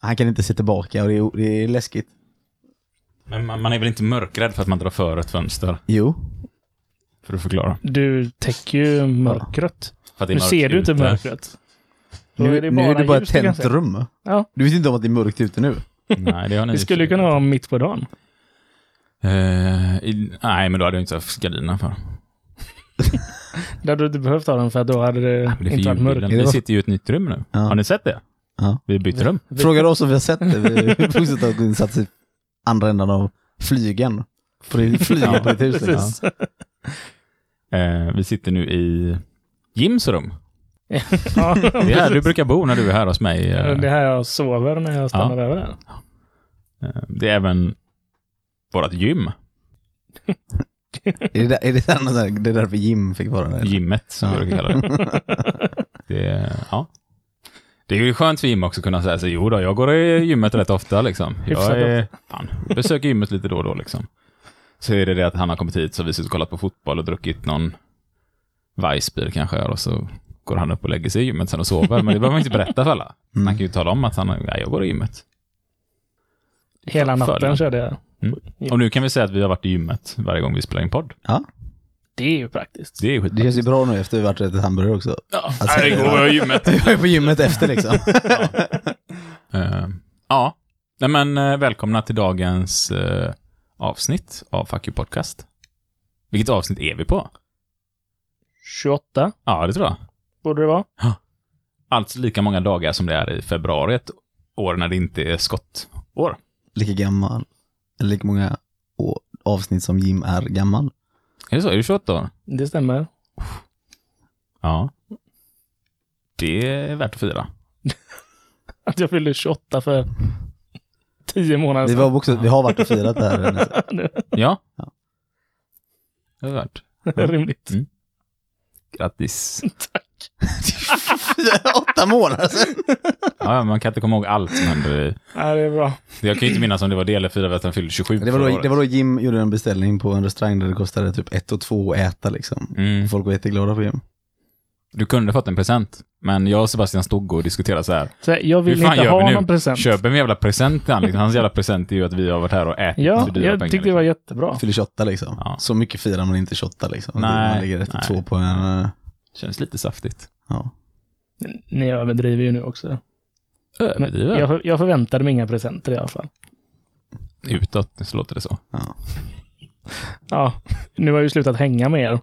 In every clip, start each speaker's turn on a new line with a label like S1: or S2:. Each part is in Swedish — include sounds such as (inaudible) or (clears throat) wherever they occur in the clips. S1: Han kan inte se tillbaka och det är, det är läskigt.
S2: Men man, man är väl inte mörkrädd för att man drar för ett fönster?
S1: Jo.
S2: För att förklara.
S3: Du täcker ju mörkret.
S2: För att det är
S3: Nu
S2: mörkt
S3: ser du inte
S2: ute.
S3: mörkret. Då
S1: Nu är det bara, nu är det bara ett
S3: ljus du kan
S1: tänt
S3: se.
S1: rum.
S3: Ja.
S1: Du vet inte om att det är mörkt ute nu?
S2: Nej, det har ni
S3: Vi
S2: ju
S3: skulle
S2: inte.
S3: kunna ha mitt på dagen.
S2: Eh, i, nej, men då hade jag inte haft gardinerna för.
S3: Det hade du inte behövt ha den för att då hade det,
S2: Det är för
S3: inte varit
S2: ljudbilden.
S3: mörkt.
S1: Är det
S2: Vi
S1: vad-
S2: sitter ju i ett nytt rum nu.
S1: Ja.
S2: Har ni sett det?
S1: Ja.
S2: Vi har bytt rum.
S1: Frågar oss om vi har sett det. Vi fortsätter att gå in satt i andra änden av flygen. För det är flygen på ditt hus. liksom.
S3: Precis.
S2: Eh, vi sitter nu i Jims rum.
S3: Ja.
S2: (laughs) Det är här du brukar bo när du är här hos mig. Eh,
S3: Det här jag sover när jag stannar över här.
S2: eh, det är även vårt gym.
S1: Är det, där, är det, där, någon sån här- det är därför Jim fick vara där?
S2: Gymmet, som vi
S1: Ja.
S2: brukar kalla det.
S1: (laughs)
S2: det. är- Ja. Det är ju skönt för Jim också att kunna säga så jo då, jag går i gymmet rätt ofta liksom.
S3: Hyfsat
S2: Jag är, fan, besöker gymmet lite då och då liksom. Så är det det att han har kommit hit så har vi suttit och kollat på fotboll och druckit någon Weissbier kanske och så går han upp och lägger sig i gymmet sen och sover. Men det behöver man inte berätta för alla.
S1: Mm.
S2: Han kan ju tala om att han, ja, jag går i gymmet.
S3: Hela natten
S2: Följ.
S3: körde jag.
S2: Och nu kan vi säga att vi har varit i gymmet varje gång vi spelar in podd.
S3: Det är ju praktiskt.
S2: Det är
S1: Det
S2: skitbra.
S1: känns ju bra nu efter vi varit ett hamburgare också.
S2: Ja,
S1: Alltså,
S2: det går jag i gymmet.
S1: Vi var ju på gymmet efter liksom.
S2: Eh, ja, Nej, men eh, välkomna till dagens eh, avsnitt av Fuck You Podcast. Vilket avsnitt är vi på?
S3: 28
S2: Ja, det tror jag.
S3: borde det vara.
S2: Alltså lika många dagar som det är i februari, ett år när det inte är skottår.
S1: Lika gammal. Eller lika många å- avsnitt som Jim är gammal.
S2: Är det så? Är det 28 år?
S3: Det stämmer.
S2: Ja. Det är värt att fira.
S3: Att jag fyllde 28 för 10 månader
S1: Vi,
S3: sedan.
S1: var också, vi har varit och firat det här.
S3: (laughs)
S2: Ja.
S1: Ja.
S2: Det är värt.
S3: Rimligt.
S2: Mm. Grattis.
S3: Tack.
S1: Fyra, åtta månader sedan.
S2: Ja, man kan inte komma ihåg allt som händer i
S3: Ja, det är bra.
S2: Jag kan ju inte minnas om det var det eller fyra för att han fyllde 27
S1: Det var,
S2: förra
S1: då,
S2: året.
S1: det var då Jim gjorde en beställning på en restaurang där det kostade typ ett och två att äta liksom.
S2: mm.
S1: Folk var jätteglada på Jim.
S2: Du kunde fått en present. Men jag och Sebastian stod och diskuterade så här.
S3: Så här, jag vill
S2: Hur fan
S3: inte
S2: gör vi
S3: ha
S2: nu?
S3: någon present.
S2: Köper vi en jävla present till han? Liksom, hans jävla present är ju att vi har varit här och ätit
S3: Ja,
S2: för dyra
S3: jag
S2: pengar. liksom.
S3: tyckte det var jättebra.
S1: Fyller 28 liksom.
S2: Ja.
S1: Så mycket firar man inte 28 liksom.
S2: Nej,
S1: man ligger ett och
S2: nej.
S1: två på en... eh,
S2: liksom. Känns lite saftigt.
S1: Ja.
S3: Ni överdriver ju nu också. Men
S2: Överdrivet.
S3: jag, för, jag förväntade mig inga presenter i alla fall.
S2: Utåt så låter det så.
S1: ja.
S3: Ja, nu har jag ju slutat hänga med er.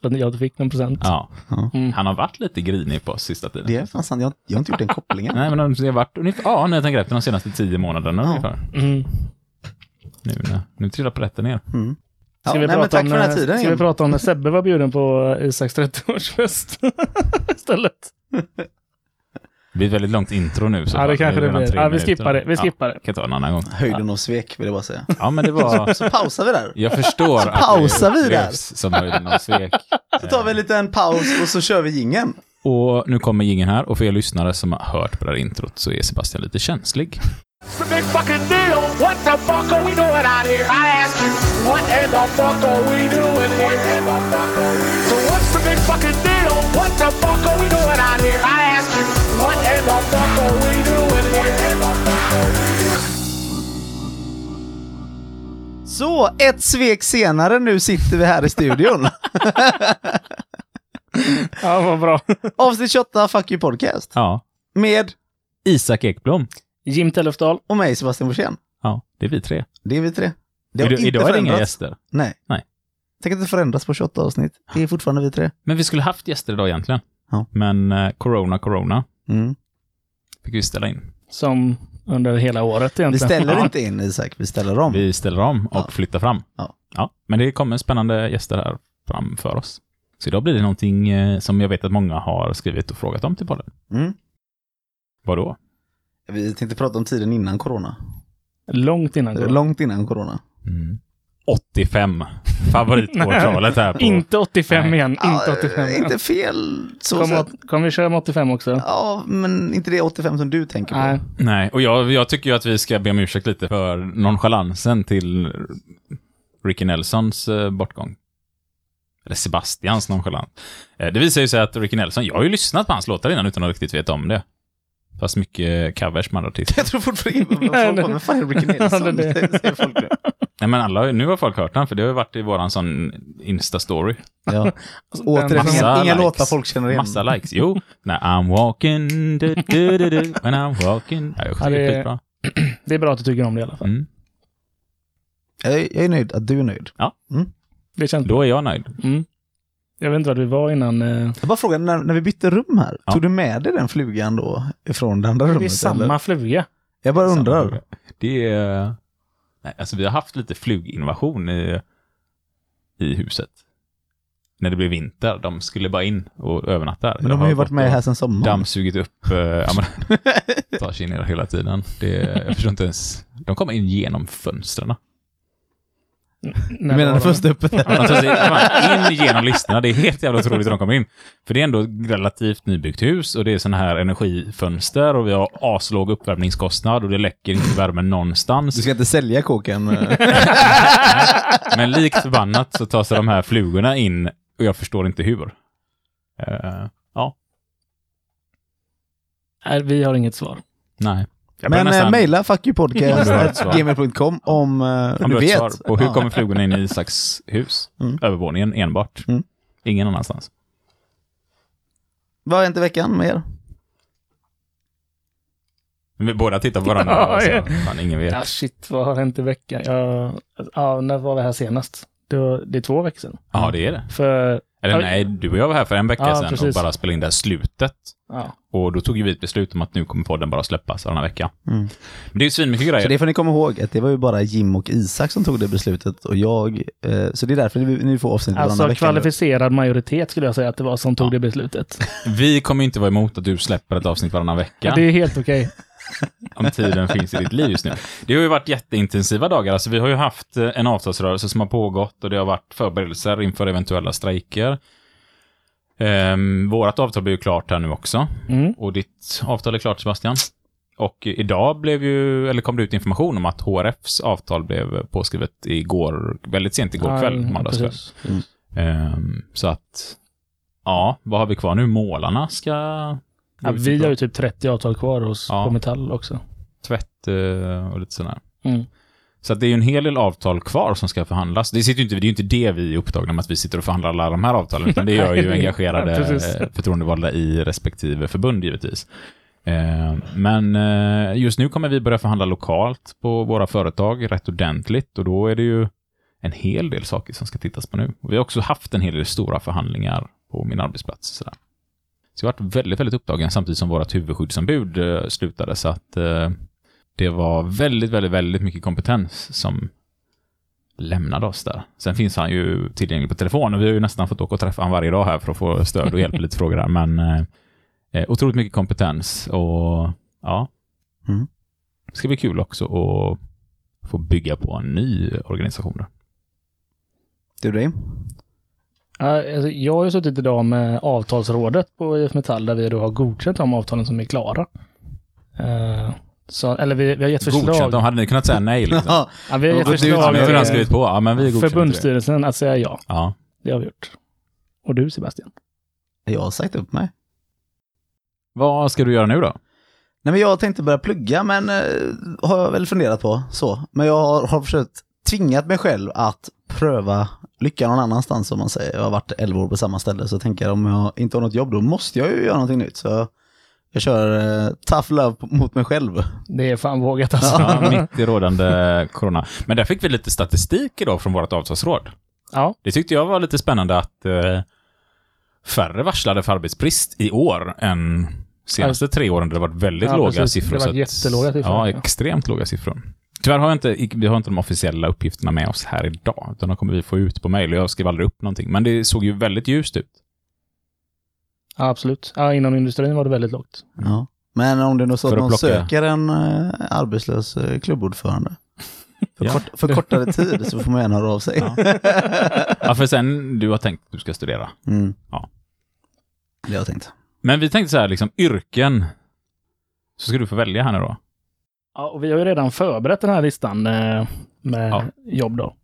S3: Så att jag inte fick någon present.
S2: Ja.
S1: Ja.
S3: Mm.
S2: Han har varit lite grinig på oss sista tiden.
S1: Det är fan sant. Jag, jag har inte gjort den (laughs) kopplingen.
S2: Nej, men han har varit ungefär, ja, när jag tänker efter, de senaste tio månaderna
S1: Ja.
S2: ungefär.
S3: Mm.
S2: Nu, nu, nu trillar polletten ner.
S1: Mm. Ja,
S3: Ska, vi
S1: nej, men
S3: prata
S1: tack
S3: om,
S1: för den här
S3: eh,
S1: tiden.
S3: ska vi
S1: Jim.
S3: prata om när Sebbe var bjuden på Isaks 30-årsfest (laughs) istället?
S2: Det blir ett väldigt långt intro nu. Så
S3: Ja, det kanske det
S2: redan
S3: blir.
S2: tre
S3: Ja, vi
S2: minuter.
S3: skippar det. Vi skippar det.
S2: Ja, kan ta en annan gång.
S1: Höjden av svek vill jag bara säga.
S2: Ja, men det var...
S1: Så pausar vi där.
S2: Jag förstår att
S1: pausar vi
S2: det
S1: där.
S2: upplevs som höjden av svek.
S1: Så tar vi en liten paus och så kör vi gingen.
S2: Och nu kommer ingen här och för er lyssnare som har hört på det här introt så är Sebastian lite känslig.
S4: the big fucking deal. What the fuck are we doing out here? I ask you, what in the fuck are we doing here? So what's the big fucking deal? What the fuck are we doing out here? I ask you, what in the fuck are we doing here?
S1: Så, ett svek senare nu sitter vi här i studion.
S3: Ja, vad bra.
S1: Avsnitt 28, Fuck You Podcast.
S2: Ja.
S1: Med
S2: Isak Ekblom.
S3: Jim Tellefsdahl.
S1: och mig, Sebastian Borssén.
S2: Ja, det är vi tre.
S1: Det är vi tre. Det har
S2: Idag-
S1: inte
S2: Idag är det
S1: förändrats.
S2: inga gäster.
S1: Nej.
S2: Nej.
S1: Tänk att det förändras på 28 avsnitt. Det är fortfarande vi tre.
S2: Men vi skulle haft gäster idag egentligen.
S1: Ja.
S2: Men eh, corona, corona
S1: Mm.
S2: fick vi ställa in.
S3: Som under hela året egentligen.
S1: Vi ställer
S3: Ja.
S1: inte in Isak, vi ställer om.
S2: Vi ställer om och
S1: Ja.
S2: flyttar fram.
S1: Ja.
S2: Men det kommer spännande gäster här framför oss. Så idag blir det någonting eh, som jag vet att många har skrivit och frågat om till podden.
S1: Mm.
S2: Vadå?
S1: Vi tänkte prata om tiden innan corona.
S3: Långt innan corona.
S1: Långt innan corona.
S2: Mm.
S1: (laughs)
S2: 85. Favoritårtalet här på...
S3: Inte 85
S2: Nej.
S3: igen. Inte
S1: Ja, eh,
S3: 85 igen.
S1: Inte fel så
S3: Kommer
S1: sett.
S3: kom vi köra med 85 också?
S1: Ja, men inte det 85 som du tänker på.
S3: Nej.
S2: Nej, och jag, jag tycker ju att vi ska be om ursäkt lite för nonchalansen till Ricky Nelsons eh, bortgång. Eller Sebastians nonchalans. Eh, det visar ju sig att Ricky Nelson, jag har ju lyssnat på hans låtar innan utan att riktigt veta om det. Fast mycket covers med andra artister. (laughs)
S1: Jag tror fortfarande folk bara, vem fan är Ricky Nilsson?
S3: (laughs) Ja, det-
S1: Det säger folk nu.
S2: Nej, men alla, har ju- nu har folk hört den, för det har ju varit i våran sån Insta-story.
S1: Ja.
S3: Alltså,
S1: Återigen,
S3: den-
S2: Massa
S1: inga, inga
S2: likes.
S1: låtar folk känner igen.
S2: Massa likes. Jo, när I'm walking, du, du, du, du, when I'm walking. (laughs) Ja, jag tycker
S3: Ja,
S2: det
S3: det-
S2: är skitbra.
S3: Det är bra att du tycker om det i alla fall.
S2: Mm.
S1: Jag, är- jag är nöjd att du är nöjd.
S3: Det känns bra.
S2: Då är jag nöjd.
S3: Mm. Jag vet inte vart vi var innan. eh,
S1: Jag bara frågar, när, när vi bytte rum här,
S2: Ja.
S1: tog du med dig den flugan då ifrån det andra rummet?
S3: Det är
S1: eller?
S3: samma fluga.
S1: Jag bara undrar.
S2: Det är... Nej, alltså vi har haft lite fluginvasion i, i huset. När det blev vinter. De skulle bara in och övernatta här.
S1: Men
S2: Jag
S1: de har ju varit
S2: fått
S1: med
S2: och
S1: här sedan sommaren.
S2: Dammsugit upp... eh, ja, men, (laughs) tar sig in här hela tiden. Det, jag förstår inte ens. De kommer in genom fönstren.
S1: Du
S3: När
S1: menar det
S3: var de?
S1: första öppet?
S2: Ja, de tar sig fan in genom listorna. Det är helt jävla otroligt hur de kommer in. För det är ändå ett relativt nybyggt hus och det är sådana här energifönster och vi har aslåg uppvärmningskostnad och det läcker inte värme
S1: Du
S2: någonstans.
S1: ska inte sälja kåken?
S2: Men likt förbannat så tar sig de här flugorna in och jag förstår inte hur. Eh, ja,
S3: Nej, vi har inget svar.
S2: nej. Jag börjar
S1: Men eh, mejla
S2: Om du har ett svar.
S1: fuckypodcast.gmail.com om eh,
S2: om
S1: du
S2: du har ett
S1: vet.
S2: svar på hur
S1: Ja.
S2: kommer flugorna in i Isaks hus?
S1: Mm.
S2: Övervåningen enbart.
S1: Mm.
S2: Ingen annanstans.
S1: Vad har hänt i veckan med er?
S2: Men vi båda
S3: (laughs)
S2: tittar på varandra.
S3: Ja,
S2: och så,
S3: ja. Alltså.
S2: fan, ingen vet.
S3: Ja, Ah, shit, vad har hänt i veckan? Ja, ja, när var vi här senast? Det, var, det är två veckor sedan.
S2: Ja, det är det.
S3: För,
S2: Eller
S3: Ja.
S2: nej, du och jag var här för en vecka
S3: Ja,
S2: sedan
S3: precis.
S2: och bara spelade in det här slutet.
S3: ja,
S2: Och då tog ju vi ett beslut om att nu kommer podden bara släppas varannan vecka.
S1: Mm.
S2: Men det är ju svinmycket
S1: Så
S2: grejer.
S1: det får ni komma ihåg, att det var ju bara Jim och Isak som tog det beslutet och jag. Eh, så det är därför ni ni får avsnitt varannan
S3: alltså
S1: vecka.
S3: kvalificerad majoritet skulle jag säga att det var som tog
S2: Ja.
S3: det beslutet.
S2: Vi kommer ju inte vara emot att du släpper ett avsnitt varannan vecka.
S3: Det är helt okej.
S2: Om tiden finns i ditt liv just nu. Det har ju varit jätteintensiva dagar. Alltså, vi har ju haft eh, en avtalsrörelse som har pågått och det har varit förberedelser inför eventuella strejker. Um, vårat avtal blir ju klart här nu också.
S3: Mm.
S2: Och ditt avtal är klart Sebastian. Och idag blev ju, eller kom det ut information om att HRFs avtal blev påskrivet igår, väldigt sent igår kväll, Mm.
S3: Ja,
S2: måndagskväll.
S3: precis.
S2: Ehm, så att, ja, vad har vi kvar nu? Målarna ska...
S3: Ja, vi har ju typ 30 avtal kvar hos
S2: Ja.
S3: på Metall också.
S2: Tvätt eh, och lite sådär.
S3: Mm.
S2: Så att det är ju en hel del avtal kvar som ska förhandlas. Det, sitter ju inte, det är ju inte det vi är upptagna med, att vi sitter och förhandlar alla de här avtalen, utan
S3: (laughs)
S2: det gör
S3: Nej,
S2: ju
S3: det-
S2: engagerade
S3: ja, precis.
S2: eh, (laughs) förtroendevalda i respektive förbund givetvis. Eh, Men eh, just nu kommer vi börja förhandla lokalt på våra företag rätt ordentligt och då är det ju en hel del saker som ska tittas på nu. Och vi har också haft en hel del stora förhandlingar på min arbetsplats. Sådär. Så jag har varit väldigt, väldigt upptagen samtidigt som vårt huvudskyddsombud eh, slutade så att eh, det var väldigt, väldigt, väldigt mycket kompetens som lämnade oss där. Sen finns han ju tillgänglig på telefon och vi har ju nästan fått åka och träffa honom varje dag här för att få stöd och hjälp med lite frågor där. Men eh, eh, otroligt mycket kompetens och ja.
S1: Mm.
S2: Det ska bli kul också att få bygga på en ny organisation. Då.
S1: Du dig?
S3: Ja, alltså, Jag har ju suttit idag med avtalsrådet på IF Metall där vi då har godkänt de avtalen som är klara. Eh, Så, eller vi, vi har gett förslag.
S2: Godkänt, de hade ni kunnat säga nej?
S1: (laughs)
S2: Liksom.
S1: Ja,
S3: Ja, vi har gett
S1: Gått ut
S2: Ja, men
S3: förslag
S1: med
S2: jag har redan
S1: det.
S2: skrivit på. Ja, men vi
S3: till
S2: godkänner inte det.
S3: förbundsstyrelsen att säga ja.
S2: Ja.
S3: Det har vi gjort. Och du Sebastian?
S1: jag har sagt upp mig.
S2: Vad ska du göra nu då?
S1: Nej men jag tänkte börja plugga men eh, har jag väl funderat på så. Men jag har, har försökt tvingat mig själv att pröva lycka någon annanstans som man säger. Jag har varit 11 år på samma ställe så tänker jag om jag inte har något jobb då måste jag ju göra någonting nytt. Så jag kör eh, tough love mot mig själv.
S3: Det är fan vågat alltså.
S2: Ja,
S3: (laughs) Ja,
S2: mitt i rådande corona. Men där fick vi lite statistik idag från vårt avtalsråd.
S3: ja.
S2: Det tyckte jag var lite spännande att eh, färre varslade för arbetsbrist i år än senaste tre åren där det varit väldigt
S3: Ja,
S2: låga
S3: precis.
S2: siffror.
S3: Det har
S2: så
S3: varit
S2: att-
S3: jättelåga siffror,
S2: Ja,
S3: ja.
S2: extremt låga siffror. Tyvärr har jag inte, vi har inte de officiella uppgifterna med oss här idag, utan de kommer vi få ut på mejl. Jag skrev aldrig upp någonting, men det såg ju väldigt ljust ut.
S3: absolut. Ja, inom industrin var det väldigt lågt.
S1: Ja. Men om det är nog så
S2: För
S1: att
S2: att
S1: någon
S2: plocka.
S1: söker en eh, arbetslös eh, klubbordförande för,
S2: Ja.
S1: kort, för kortare tid så får man gärna höra av sig.
S2: Ja. Ja, för sen du har tänkt att du ska studera.
S1: Mm.
S2: Ja.
S1: Det har jag tänkt.
S2: Men vi tänkte så här, liksom yrken. Så ska du få välja här nu då.
S3: Ja, och vi har ju redan förberett den här listan eh, med
S2: Ja.
S3: jobb då.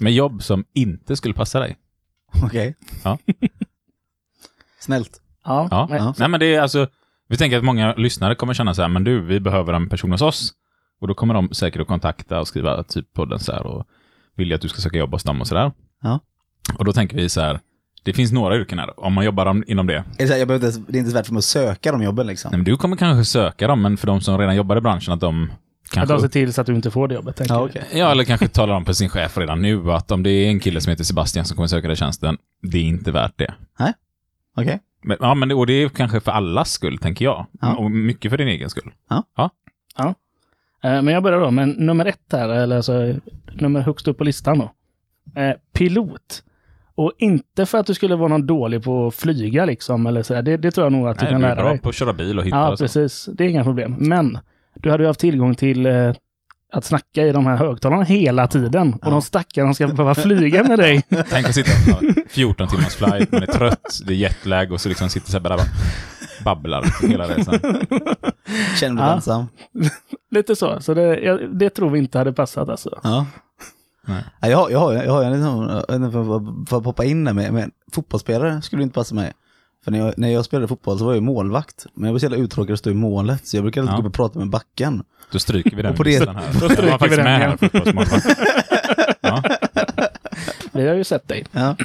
S2: Med jobb som inte skulle passa dig.
S1: Okej. (laughs)
S2: Ja.
S1: Snällt.
S3: Ja,
S2: Ja.
S3: men-
S1: Ja.
S2: Nej, men det är alltså, Vi tänker att många lyssnare kommer känna så här, men du, vi behöver en person hos oss. Och då kommer de säkert att kontakta och skriva typ podden så här och vilja att du ska söka jobb hos dem och så där.
S1: Ja.
S2: Och då tänker vi så här, det finns några yrken här, om man jobbar om- inom det.
S1: Är det så här, Jag behöver inte, ens- det är inte ens värt för mig att söka de jobben liksom.
S2: Nej, men du kommer kanske söka dem, men för de som redan jobbar i branschen, att de
S3: Att
S2: kanske...
S3: de ser till så att du inte får det jobbet. Tänker
S1: Ja,
S3: jag.
S1: okej.
S2: Ja, eller kanske talar om för sin chef redan nu att om det är en kille som heter Sebastian som kommer söka den tjänsten, det är inte värt det.
S1: Okej.
S2: Men, ja, men det, och det är kanske för allas skull, tänker jag.
S1: Ja.
S2: Och mycket för din egen skull.
S3: Eh, Men jag börjar då med nummer ett här, eller alltså nummer högst upp på listan då. Eh, Pilot. Och inte för att du skulle vara någon dålig på att flyga liksom, eller så här. Det, det tror jag nog att du
S2: Nej,
S3: kan
S2: du är
S3: lära
S2: bra
S3: dig.
S2: på att köra bil och hitta.
S3: Ja,
S2: och så.
S3: precis. Det är inga problem. Men du hade ju haft tillgång till eh, att snacka i de här högtalarna hela tiden. Och de stackarna ska behöva flyga med dig. (laughs)
S2: Tänk att sitta på en 14 timmars flight, man är trött, det är jetlag och så liksom sitter Sebbe där och babblar hela resan.
S1: Känner mig
S3: Ja.
S1: ensam.
S3: Lite så. Så det, jag, det tror vi inte hade passat alltså.
S1: Ja.
S2: Nej.
S1: Ja, Jag har, jag har, jag har en liksom, jag vet inte för, för att poppa in där med, men fotbollsspelare skulle inte passa mig. För när jag, när jag spelade fotboll så var jag ju målvakt. Men jag var så jävla uttråkad att stå i målet, så jag brukade alltid
S2: Ja.
S1: gå upp och prata med backen.
S2: Då stryker vi den
S1: Och på det-
S2: listan här. Då
S3: stryker vi den
S2: med
S3: igen.
S2: här, fotbollsmatchen. ja.
S3: Vi har ju sett dig.
S1: Ja.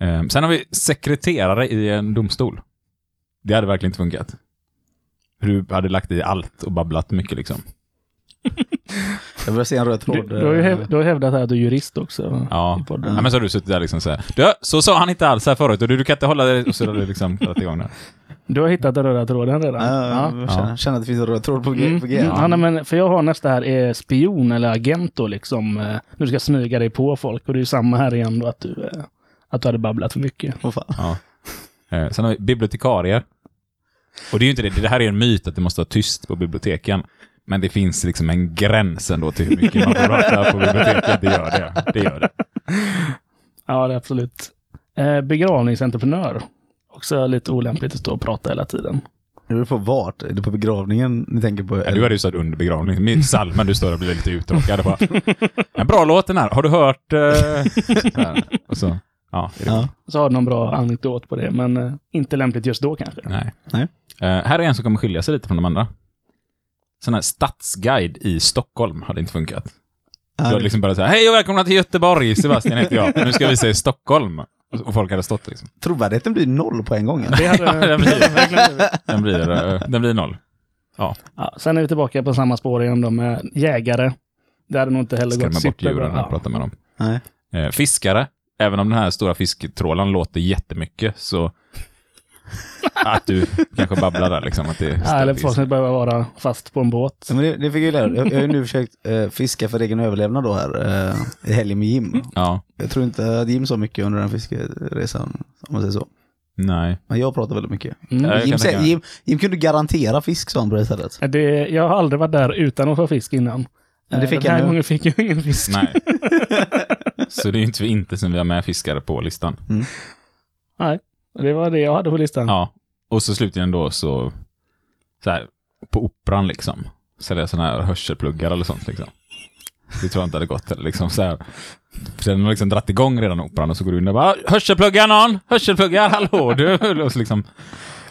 S2: Ehm, Sen har vi sekreterare i en domstol. Det hade verkligen inte funkat. Du hade lagt i allt och babblat mycket liksom.
S1: Jag börjar se en röd
S3: Du,
S1: tråd. eh,
S3: du, har ju häv, du har ju hävdat här att du är jurist också.
S2: Ja.
S3: I podden.
S2: ja men så har du suttit där liksom så här. Du, så sa han inte alls här förut och du, du kan inte hålla dig. Och så har du liksom kollat igång det.
S3: Du har hittat den röda tråden redan.
S1: Ja, jag känner,
S2: Ja.
S1: känner att det finns en röd tråd på G.
S3: Mm.
S1: På G.
S3: Mm. Ja, nej, men för jag har nästa här är spion eller agent då liksom. eh, Du ska smyga dig på folk och det är ju samma här igen då att du, eh, att du hade babblat för mycket.
S1: Åh, fan.
S2: Ja. Eh, Sen har vi bibliotekarier. Och det är ju inte det. Det här är en myt att det måste vara tyst på biblioteken. Men det finns liksom en gräns ändå till hur mycket man får prata på biblioteket. Det gör det. Det gör det.
S3: (laughs) Ja, det är absolut. Eh, Begravningsentreprenör. Också lite olämpligt att stå och prata hela tiden.
S1: Det beror på vart. Är det på begravningen ni tänker på?
S2: Ja, du hade ju stått under begravning. Min salmen du står och blir lite uttråkad. och Bara, en bra låt den här. Har du hört? eh, så här. och så, ja, är det
S1: Ja.
S3: Så har du någon bra anekdot på det, men eh, inte lämpligt just
S1: (laughs)
S3: då kanske.
S2: Nej.
S1: Nej.
S2: Eh, här är en som kommer skilja sig lite från de andra. Sån här stadsguide i Stockholm hade inte funkat.
S1: Ja,
S2: Du hade liksom börjat säga hej och välkomna till Göteborg, Sebastian heter jag. Nu ska vi se Stockholm. Och folk hade stått liksom.
S1: Trovärdigheten blir noll på en gång.
S3: Det hade,
S2: Den blir, den blir, eh, den blir noll.
S3: (laughs) ja, sen är vi tillbaka på samma spår igen då med jägare. Det hade nog inte heller
S2: Skrämma
S3: gått
S2: bort
S3: superbra.
S2: djuren och
S3: Ja.
S2: prata med dem.
S1: Nej.
S2: Eh, fiskare, även om den här stora fisktrålaren låter jättemycket så
S3: (laughs)
S2: att du kanske babblar där liksom. Att det är
S3: Ja, eller
S2: stor
S3: folk
S2: fisk.
S3: som behöver vara fast på en båt.
S1: Ja, men det, det fick jag ju lära Jag jag har ju nu försökt eh, fiska för egen överlevnad då här eh, i helgen med Jim.
S2: Ja,
S1: Jag tror inte att Jim sa mycket under den fiskeresan, om man säger så.
S2: nej.
S1: Men jag pratar väldigt mycket.
S3: Mm. Eh,
S2: Ja, jag
S1: Jim,
S2: kan
S1: säger,
S2: tänka mig.
S1: Jim, Jim kunde garantera fisk, sa han på det stället.
S3: Det, jag har aldrig varit där utan att få fisk innan.
S1: Men det
S3: Eh,
S1: fick
S3: Den
S1: jag
S3: här
S1: nu.
S3: gången fick jag ingen fisk. (laughs)
S2: Nej. Så det är ju inte, inte som vi har med fiskare på listan.
S3: Det var det jag hade på listan.
S2: Ja. Och så slutligen då så, så här, på operan liksom. Sälja sådana här hörselpluggar eller sånt liksom. Det tror jag inte hade gått eller liksom så här. För den har liksom dratt igång redan operan och så går du in och bara hörselpluggar någon, hörselpluggar, hallå du. (laughs) Och så liksom,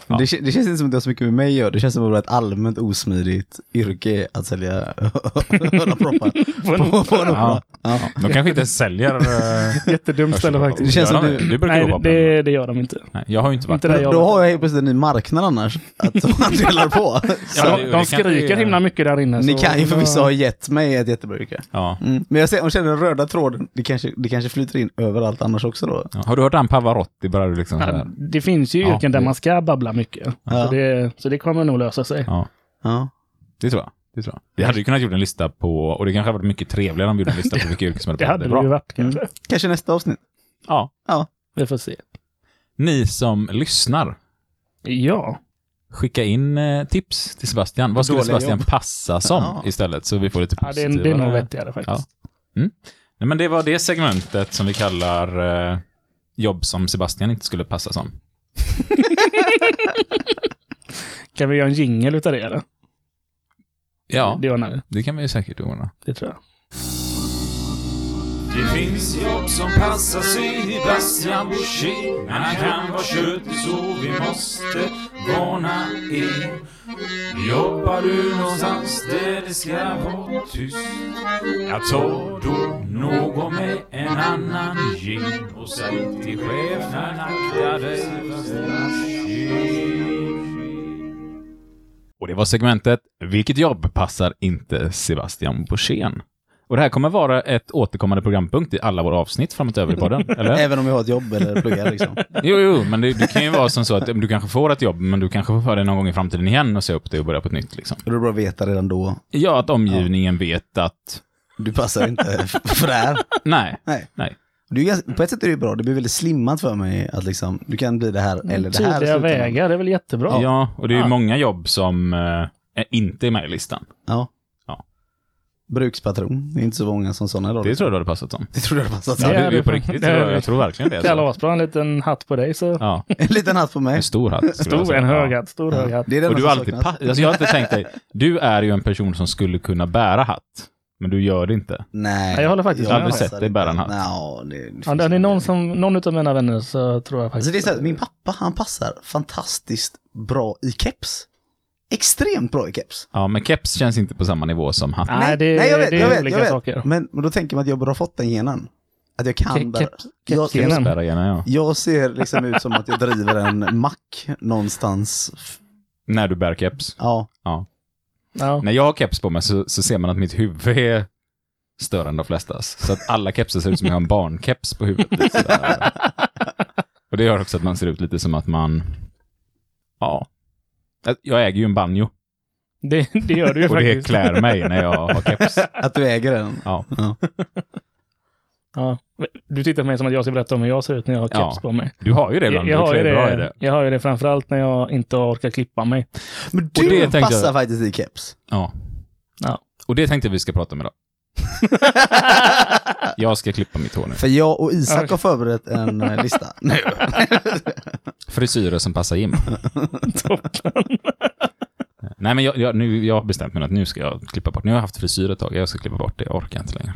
S2: Ja.
S1: Det, kän- det känns inte som att det har så mycket med mig att göra. Det känns som att det är ett allmänt osmidigt yrke att sälja hörproppar
S3: en
S1: på, på en opera.
S2: ja.
S1: Ja.
S2: De kanske inte säljer...
S3: (laughs)
S2: eh,
S3: Jättedumt ställe
S2: hörselpluggar.
S3: faktiskt.
S1: Det känns
S2: Gör
S1: som
S2: de
S1: du-
S2: Du brukar
S3: Nej,
S2: jobba på den.
S3: det, det gör de inte.
S2: Nej, jag har ju inte varit
S3: Inte där jag
S1: Då
S3: var.
S1: har jag helt plötsligt en ny marknad annars, att som man delar på.
S2: Ja,
S1: Så,
S2: det-
S3: De
S2: kan-
S3: skriker
S2: det-
S3: himla mycket där inne.
S1: ni
S3: så-
S1: kan ju förvisso ha gett mig ett jättebra yrke.
S2: Ja.
S1: Mm. Men jag ser, jag känner den röda tråden, det kanske, det kanske flyter in överallt annars också då.
S2: Ja. Har du hört han Pavarotti? Börjar du liksom så
S3: Ja,
S2: här.
S3: Det finns ju
S2: Ja,
S3: yrken där
S2: det-
S3: man ska babbla mycket.
S1: Ja.
S3: Så, det, så det kommer nog lösa sig.
S2: Ja.
S1: Ja.
S2: Det tror jag. Det tror jag. Vi hade ju kunnat gjort en lista på, och det kanske hade varit mycket trevligare om vi gjorde en
S3: (laughs)
S2: lista på vilka yrken som hade
S3: Det hade
S2: det
S3: det ju
S2: bra.
S3: varit kanske.
S1: Kanske nästa avsnitt.
S2: Ja.
S3: Vi får se.
S2: Ni som lyssnar,
S3: Ja,
S2: skicka in eh, tips till Sebastian. Vad skulle
S1: Dåliga
S2: Sebastian passa
S1: (laughs)
S2: som
S1: Ja.
S2: istället? Så vi får lite
S3: ja det, är, det är nog vettigare faktiskt.
S2: Nej, men det var det segmentet som vi kallar eh, jobb som Sebastian inte skulle passa som.
S3: Kan vi göra en jingel utav det eller?
S2: Ja,
S3: Det Mm, ordnar vi.
S2: det kan vi ju säkert ordna.
S3: Det tror jag.
S5: Det finns jobb som passar sig i Bastian Bouchet Men han kan vara tjötig så vi måste varna er Jobbar du någonstans där det ska vara tyst Jag tar då någon med en annan gin Och säg till chefen akta dig fast det är shit.
S2: Och det var segmentet Vilket jobb passar inte Sebastian Borssén? Och det här kommer vara ett återkommande programpunkt i alla våra avsnitt framöver i podden, eller?
S1: Även om jag har ett jobb eller pluggar (laughs) liksom.
S2: Jo, jo, men det, det kan ju vara som så att du kanske får ett jobb, men du kanske får för dig någon gång i framtiden igen och se upp det och börja på ett nytt. Liksom.
S1: Då är det bra att veta redan då.
S2: Ja, att omgivningen vet att...
S1: Du passar inte för det här.
S2: Nej,
S1: Nej.
S2: nej.
S1: Du är ganska, på ett sätt är det ju bra, det blir väldigt slimmat för mig att liksom, du kan bli det här eller det här. i
S3: Tydliga
S1: slutändan.
S3: vägar, det är väl jättebra.
S2: Ja, och det är ju
S3: Ja.
S2: många jobb som eh, är inte är med i listan.
S1: Ja.
S2: Ja.
S1: Brukspatron, det är inte så många som sådana idag.
S2: Det tror jag du hade passat som.
S1: det tror jag hade passat.
S2: Ja,
S3: Det
S2: det,
S3: är
S2: det är på
S3: det.
S2: riktigt.
S3: Det
S2: tror
S3: är
S2: jag,
S3: det.
S2: jag tror verkligen
S3: (laughs)
S2: det.
S3: Kalle
S2: Alltså.
S3: Asbra, en liten hatt på dig. Så.
S2: Ja,
S1: En liten hatt på mig.
S2: en stor hatt. skulle jag
S3: Stor,
S2: säga.
S3: en hög
S2: Ja.
S3: hatt. Stor hög
S1: Ja.
S3: hatt.
S1: Det är det
S2: Och
S1: enda
S2: du
S1: som
S2: har alltid
S1: saknas.
S2: pa- alltså, jag har alltid tänkt dig, du är ju en person som skulle kunna bära hatt, men du gör det inte.
S1: Nej.
S3: Nej, jag håller faktiskt
S1: har
S2: med. Aldrig sett dig bära en hatt.
S1: Nja, det, det finns
S3: Ja, det är någon, som, någon av mina vänner så tror jag
S1: Alltså
S3: faktiskt...
S1: det är så här, min pappa, han passar fantastiskt bra i keps. Extremt bra i keps.
S2: Ja, men keps känns inte på samma nivå som hatt.
S3: Nej, det,
S1: jag vet,
S3: det är
S1: jag vet,
S3: olika
S1: jag vet.
S3: saker.
S1: Men, men då tänker man att jag borde ha fått den genen. Att jag kan
S3: Ke-
S1: bära.
S3: keps-
S1: Jag-
S3: kepsgenen.
S1: jag-
S2: Bära gärna, ja.
S1: Jag ser liksom ut som att jag driver en mack någonstans.
S2: När du bär keps.
S1: Ja,
S3: Ja.
S2: (laughs) När jag har keps på mig så, så ser man att mitt huvud är större än de flestas. Så att alla kepsar ser ut som att jag har en barnkeps på huvudet. Sådär. Och det gör också att man ser ut lite som att man... Ja. Jag äger ju en banjo
S3: Det, det gör du
S2: (laughs)
S3: ju
S2: och det
S3: faktiskt.
S2: klär mig när jag har keps.
S1: att du äger den.
S2: Ja.
S3: Ja. Du tittar på mig som att jag ska berätta om hur jag ser ut när jag har keps
S2: Ja.
S3: på mig.
S2: Du har ju det
S3: Jag,
S2: ibland.
S3: jag,
S2: du
S3: har ju
S2: klär bra i det.
S3: det, jag har ju det framförallt när jag inte orkar klippa mig.
S1: Men
S2: Och det
S1: du
S2: tänkte jag-
S1: passar faktiskt i keps.
S2: Ja.
S3: Ja.
S2: Och det tänkte jag vi ska prata om
S3: (laughs)
S2: idag. Jag ska klippa mitt hår nu.
S1: För jag och Isak
S3: Ja.
S1: har förberett en eh, lista. Nej,
S2: Frisyrer som
S1: (laughs)
S2: passar Jim. Nej, men jag, jag, nu, jag har bestämt mig att nu ska jag klippa bort. Nu har jag haft frisyr ett tag. Jag ska klippa bort det. Jag orkar inte längre.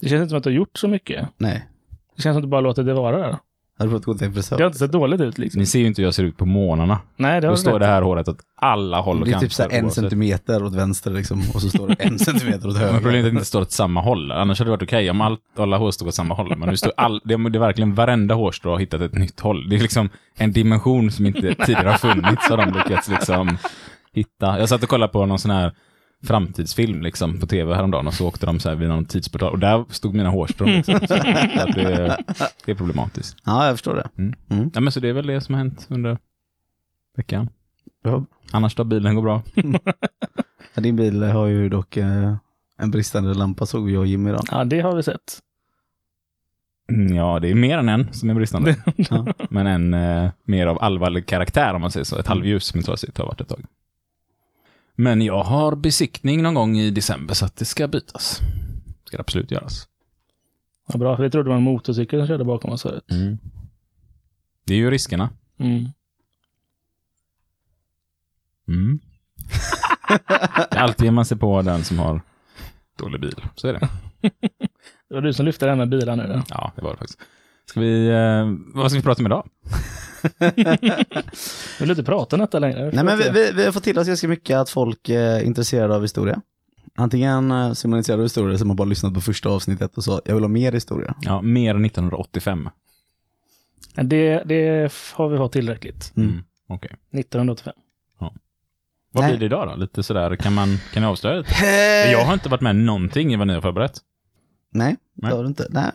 S3: Det känns inte som att du har gjort så mycket.
S1: Nej.
S3: Det känns som att du bara låter det vara där.
S1: Har du fått gå till en frisör?
S3: Det har inte sett dåligt ut liksom.
S2: Ni ser ju inte hur jag ser ut på månaderna.
S3: Nej, det har
S2: Då
S3: du
S2: står
S3: rätt
S2: det här håret åt alla håll och
S1: Det är
S2: kanter.
S1: typ så här en
S2: oavsett.
S1: centimeter åt vänster liksom, och så står det
S3: (laughs)
S1: en centimeter åt
S2: Men problemet är
S1: höger.
S2: att det inte står åt samma håll. Annars hade det varit okej om all, alla hår stod åt samma håll. Men nu står all, det, det är verkligen varenda hårstrå har hittat ett nytt håll. Det är liksom en dimension som inte tidigare har funnits har de lyckats liksom hitta. Jag satt och kollade på någon sån här framtidsfilm liksom på tv häromdagen och så åkte de så här vid någon tidsportal och där stod mina hårstrån. Liksom, så att det, det är problematiskt.
S1: Ja, jag förstår det.
S2: Ja, men så det är väl det som har hänt under veckan.
S1: Ja.
S2: Annars då, bilen går bra.
S1: Ja, Din bil har ju dock eh, en bristande lampa såg jag och Jimmy idag.
S3: Ja, det har vi sett.
S2: Mm, Ja, det är mer än en som är bristande.
S1: (laughs) Ja.
S2: Men en eh, mer av allvarlig karaktär om man säger så. Ett halvljus som är trasigt har varit ett tag. Men jag har besiktning någon gång i december så att det ska bytas. Ska det absolut göras.
S3: Ja, bra, för vi trodde det var en motorcykel som körde bakom oss förut.
S2: Mm.
S1: Mm.
S2: Det är ju riskerna.
S3: Mm.
S1: (laughs)
S2: Mm. det är alltid ger man sig på den som har dålig bil. Så är det.
S3: Det var du som lyfte det här med bilar nu. Då.
S2: Ja, det var det faktiskt. Ska vi, eh, vad ska vi prata om idag?
S3: Jag vill inte prata om detta längre.
S1: Nej, men vi, vi, vi har fått till oss ganska mycket att folk eh, är intresserade av historia. Antingen eh, så är man intresserad av historia som har bara lyssnat på första avsnittet och sa jag vill ha mer historia.
S2: Ja, mer än 1985.
S3: Det, det f- har vi fått tillräckligt.
S2: Mm. Okej.
S3: 1985.
S2: Vad
S1: Nej.
S2: blir det idag då? Lite sådär, kan man, kan jag avslöja lite? Jag har inte varit med någonting i vad ni har förberett.
S1: Nej,
S2: Nej.
S1: det har du inte. Nej,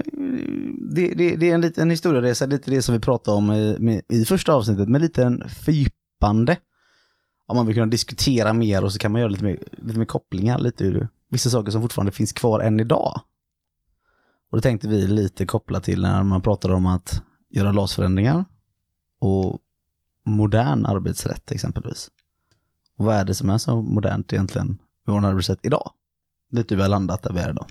S1: det, det, det är en liten historieresa, lite det som vi pratade om i, med, i första avsnittet, men lite en fördjupande. Om man vill kunna diskutera mer och så kan man göra lite mer, lite mer kopplingar, lite ur vissa saker som fortfarande finns kvar än idag. Och det tänkte vi lite koppla till när man pratade om att göra LAS-förändringar och modern arbetsrätt exempelvis. Och vad är det som är så modernt egentligen med vår arbetsrätt idag? Lite hur vi har landat där vi är idag.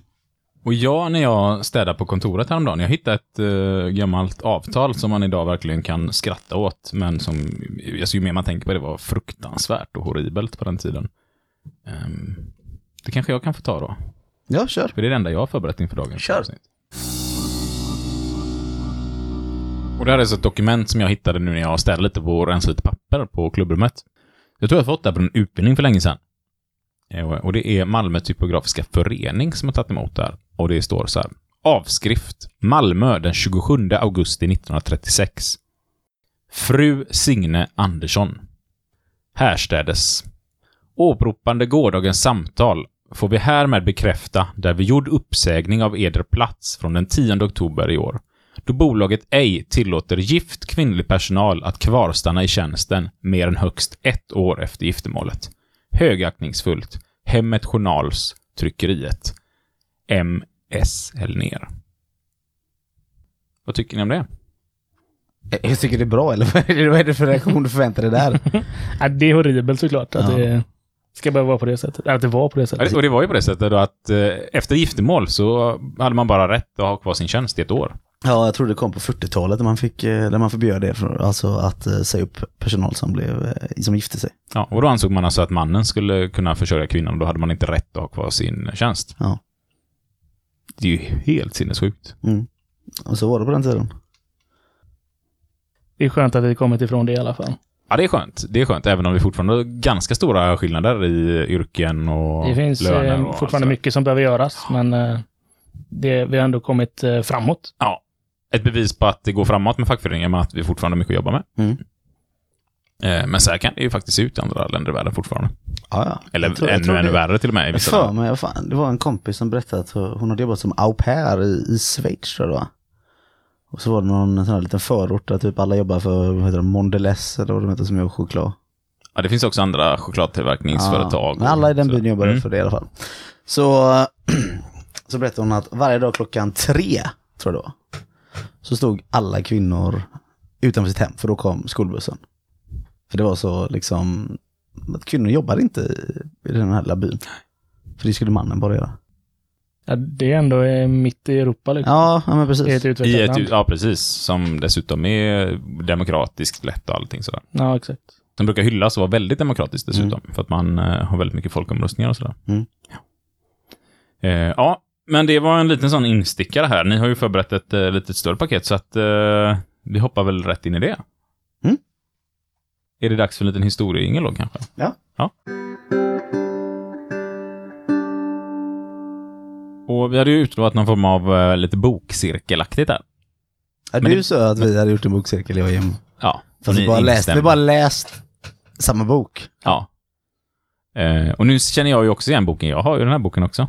S2: Och jag, när jag städade på kontoret häromdagen, jag hittade ett eh, gammalt avtal som man idag verkligen kan skratta åt, men som, alltså, ju mer man tänker på det, var fruktansvärt och horribelt på den tiden. Ehm, det kanske jag kan få ta då.
S1: Ja, kör.
S2: För det är det enda jag har förberett inför dagens
S1: Kör.
S2: avsnitt. Och det här är så ett dokument som jag hittade nu när jag städade lite på och rensade lite papper på klubbrummet. Jag tror jag har fått det här på en utbildning för länge sedan. Eh, Och det är Malmö typografiska förening som har tagit emot det här. Och det står så här. Avskrift. Malmö den 27 augusti 1936. Fru Signe Andersson. Härstädes. Åberopande gårdagens samtal får vi härmed bekräfta där vi gjord uppsägning av eder plats från den 10 oktober i år, då bolaget ej tillåter gift kvinnlig personal att kvarstanna i tjänsten mer än högst ett år efter giftermålet. Högaktningsfullt. Hemmet Journals, Tryckeriet. M.S. Hellner. Vad tycker ni om det?
S1: Eh, Jag tycker det är bra, eller (laughs) vad är det- vad är det för reaktion du förväntar dig där?
S3: Ja, det är horribelt såklart att
S1: Ja.
S3: det ska behöva vara på det sättet. Att det var på det
S2: Ja,
S3: sättet.
S2: det- Och det var ju på det sättet då att eh, efter giftermål så hade man bara rätt att ha kvar sin tjänst i ett år.
S1: (laughs) Ja, jag tror det kom på 40-talet när man, fick, eh, när man förbjöd det, för, alltså att eh, säga upp personal som, blev, eh, som gifte sig.
S2: Ja, och då ansåg man alltså att mannen skulle kunna försörja kvinnan och då hade man inte rätt att ha kvar sin tjänst.
S1: Ja.
S2: Det är ju helt sinnessjukt.
S1: Mm. Och så var det på den tiden.
S3: Det är skönt att vi kommit ifrån det i alla fall.
S2: Ja, det är skönt. Det är skönt, även om det fortfarande är ganska stora skillnader i yrken och
S3: det finns eh,
S2: löner. och allt
S3: fortfarande
S2: sådär.
S3: mycket som behöver göras, men eh, det, vi har ändå kommit eh, framåt.
S2: Ja. Ett bevis på att det går framåt med fackföreningen, men att vi fortfarande har mycket att jobba med.
S1: Mm.
S2: Eh, Men så här kan det ju faktiskt se ut i andra länder i världen fortfarande.
S1: Ja, ja.
S2: Eller
S1: Jag tror- jag
S2: ännu,
S1: tror det-
S2: ännu värre till och med. i
S1: Jag
S2: vissa
S1: för
S2: länder.
S1: mig, vad fan, det var en kompis som berättade att hon hade jobbat som au pair i, i Schweiz tror jag det var. Och så var det någon sån här liten förort där typ alla jobbar för vad heter det, Mondelez eller vad de heter som gör choklad.
S2: Ja, det finns också andra
S1: Ja,
S2: chokladtillverkningsföretag.
S1: men alla i den
S2: Så-
S1: byn jobbar
S2: Mm.
S1: för det i alla fall. Så, (clears throat) så berättade hon att varje dag klockan tre, tror jag det var, så stod alla kvinnor utanför sitt hem, för då kom skolbussen. För det var så liksom, att kvinnor jobbade inte i, i den här lilla byn. För det skulle mannen bara göra.
S3: Ja, det är ändå eh, mitt i Europa. Liksom.
S1: Ja, ja men
S3: I ett
S1: precis.
S2: I ett,
S3: utvecklat land.
S2: ja, precis. Som dessutom är demokratiskt lätt och allting sådär.
S3: Ja, exakt.
S2: De brukar hyllas och vara väldigt demokratiskt dessutom, för att man eh, har väldigt mycket folkomröstningar och sådär.
S1: Mm.
S2: Ja. Eh, ja, men det var en liten sån instickare här. Ni har ju förberett ett eh, lite större paket, så att eh, vi hoppar väl rätt in i det.
S1: Mm.
S2: Är det dags för en liten historieingel då kanske?
S1: Ja.
S2: ja. Och vi hade ju utlovat någon form av eh, lite bokcirkelaktigt där.
S1: Ja,
S2: men
S1: du
S2: det-
S1: sa att vi hade gjort en bokcirkel, jag och Jim.
S2: Ja.
S1: Fast
S2: och
S1: vi
S2: ni
S1: bara läst, vi
S2: instämde.
S1: bara läst samma bok.
S2: Ja. Eh, och nu känner jag ju också igen boken. Jag har ju den här boken också.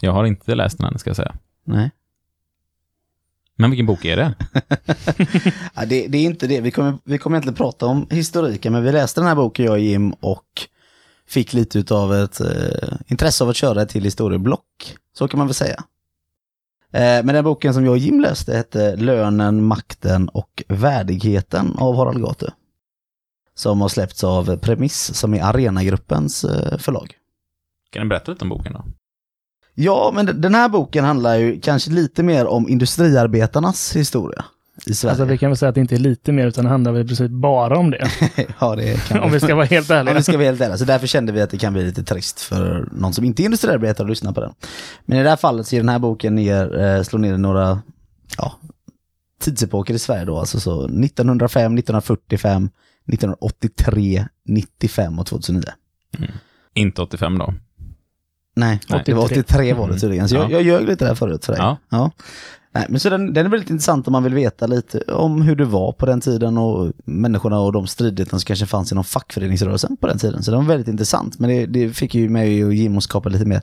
S2: Jag har inte läst den än, ska jag säga.
S1: Nej.
S2: Men vilken bok är det?
S1: Ja, det, det är inte det. Vi kommer, vi kommer egentligen prata om historiken, men vi läste den här boken, jag och Jim, och fick lite utav ett eh, intresse av att köra ett till historieblock. Så kan man väl säga. Eh, men den boken som jag och Jim läste hette Lönen, makten och värdigheten av Harald Gate. Som har släppts av Premiss, som är Arenagruppens eh, förlag.
S2: Kan du berätta lite om boken då?
S1: Ja, men d- den här boken handlar ju kanske lite mer om industriarbetarnas historia i Sverige.
S3: Alltså, vi kan väl säga att det inte är lite mer, utan det handlar väl precis bara om det.
S1: (laughs) ja, det kan
S3: om vi ska vara helt
S1: Om
S3: ärliga.
S1: vi ska vara helt ärliga. Så därför kände vi att det kan bli lite trist för någon som inte är industriarbetare att lyssna på den. Men i det här fallet så är den här boken ner, eh, slår ner några ja, tidsepoker i Sverige då. Alltså så 1905, 1945, 1983, 95 och 2009.
S2: Inte 85 då.
S1: Nej,
S2: Nej.
S1: det var 83 var det tydligen. Så jag,
S2: Mm.
S1: jag ljög lite där förut för dig.
S2: Ja.
S1: Nej, men så den, den är väldigt intressant om man vill veta lite om hur det var på den tiden och människorna och de stridigheter som kanske fanns inom fackföreningsrörelsen på den tiden. Så den var väldigt intressant, men det, det fick ju mig och Jim att skapa lite mer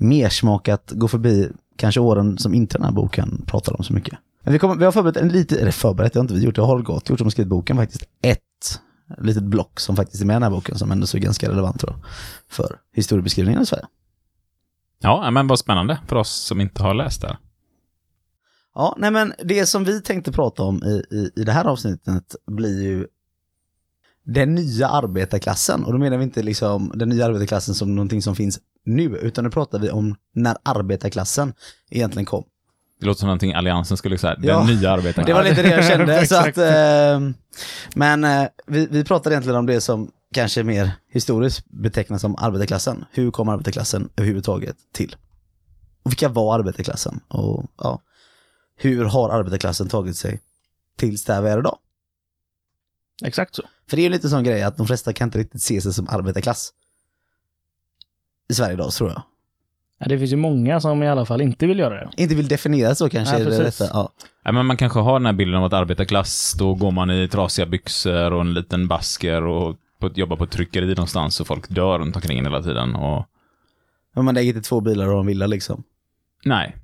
S1: mersmak att gå förbi kanske åren som inte den här boken pratar om så mycket. Men vi, kommer, vi har förberett en liten, eller förberett, det har inte vi gjort, det har Harald Gate gjort som har skrivit boken faktiskt, ett litet block som faktiskt är med i den här boken som ändå så är ganska relevant tror jag, för historiebeskrivningen i Sverige.
S2: Ja, men vad spännande för oss som inte har läst det.
S1: Ja, nej men det som vi tänkte prata om i, i, i det här avsnittet blir ju den nya arbetarklassen. Och då menar vi inte liksom den nya arbetarklassen som någonting som finns nu, utan nu pratar vi om när arbetarklassen egentligen kom.
S2: Det låter som någonting Alliansen skulle säga. Den
S1: Ja.
S2: nya
S1: Det var
S2: arbetarklassen.
S1: lite det jag
S3: (laughs)
S1: kände. så att,
S3: Exakt.
S1: eh, men eh, vi, vi pratar egentligen om det som kanske mer historiskt betecknas som arbetarklassen. Hur kom arbetarklassen överhuvudtaget till? Och vilka var arbetarklassen? Och ja, hur har arbetarklassen tagit sig tills där vi är idag?
S3: Exakt så.
S1: För det är ju lite sån grej att de flesta kan inte riktigt se sig som arbetarklass. I Sverige idag, tror jag.
S3: Ja, det finns ju många som i alla fall inte vill göra det.
S1: Inte vill definiera så kanske.
S3: Ja,
S1: är det
S3: precis.
S1: rätta. Ja.
S2: Nej, men man kanske har den här bilden av att arbetarklass, då går man i trasiga byxor och en liten basker och på, jobbar på ett tryckeri någonstans och folk dör runt omkring en hela tiden. Och,
S1: Men man lägger till två bilar och en villa liksom.
S2: nej,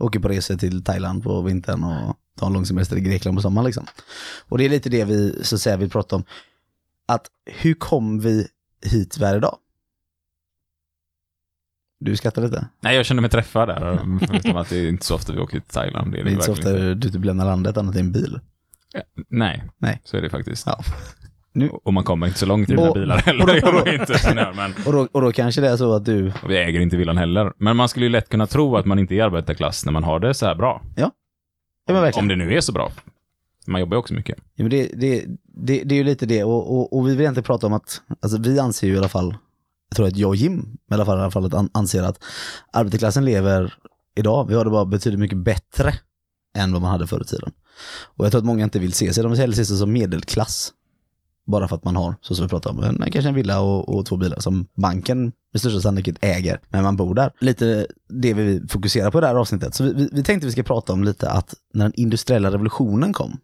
S1: Åker på resor till Thailand på vintern och tar en lång semester i Grekland på sommaren liksom. Och det är lite det vi, så att säga, vi pratar om. Att hur kom vi hit varje dag? Du skrattar lite.
S2: nej, jag känner mig
S1: (laughs)
S2: träffad där. Förutom att det är inte så ofta vi åker till Thailand. Det är
S1: Det är inte så ofta
S2: verkligen inte.
S1: du typ lämnar landet annat än en bil.
S2: Nej,
S1: Nej.
S2: så är det faktiskt.
S1: Ja.
S2: Och man kommer inte så långt i mina
S1: Och-
S2: bilar heller.
S1: och då-
S2: Det gör man ju inte. så nu, Men,
S1: Och då, och då kanske det är så att du,
S2: och vi äger inte villan heller. Men man skulle ju lätt kunna tro att man inte är arbetarklass när man har det så här bra.
S1: ja men verkligen.
S2: Om det nu är så bra. Man jobbar ju också mycket.
S1: Ja, men det, det, det, det är ju lite det och, och, och vi vill egentligen prata om att, alltså vi anser ju i alla fall, jag tror att jag och Jim i alla fall, i alla fall att an- anser att arbetarklassen lever idag, vi har det bara betydligt mycket bättre än vad man hade förr i tiden. Och jag tror att många inte vill se sig, de vill hellre se sig som medelklass. Bara för att man har, så som vi pratade om, en, kanske en villa och, och två bilar som banken med största sannolikhet äger, men man bor där. Lite det vi fokuserar på i det här avsnittet. Så vi, vi, vi tänkte vi ska prata om lite att när den industriella revolutionen kom,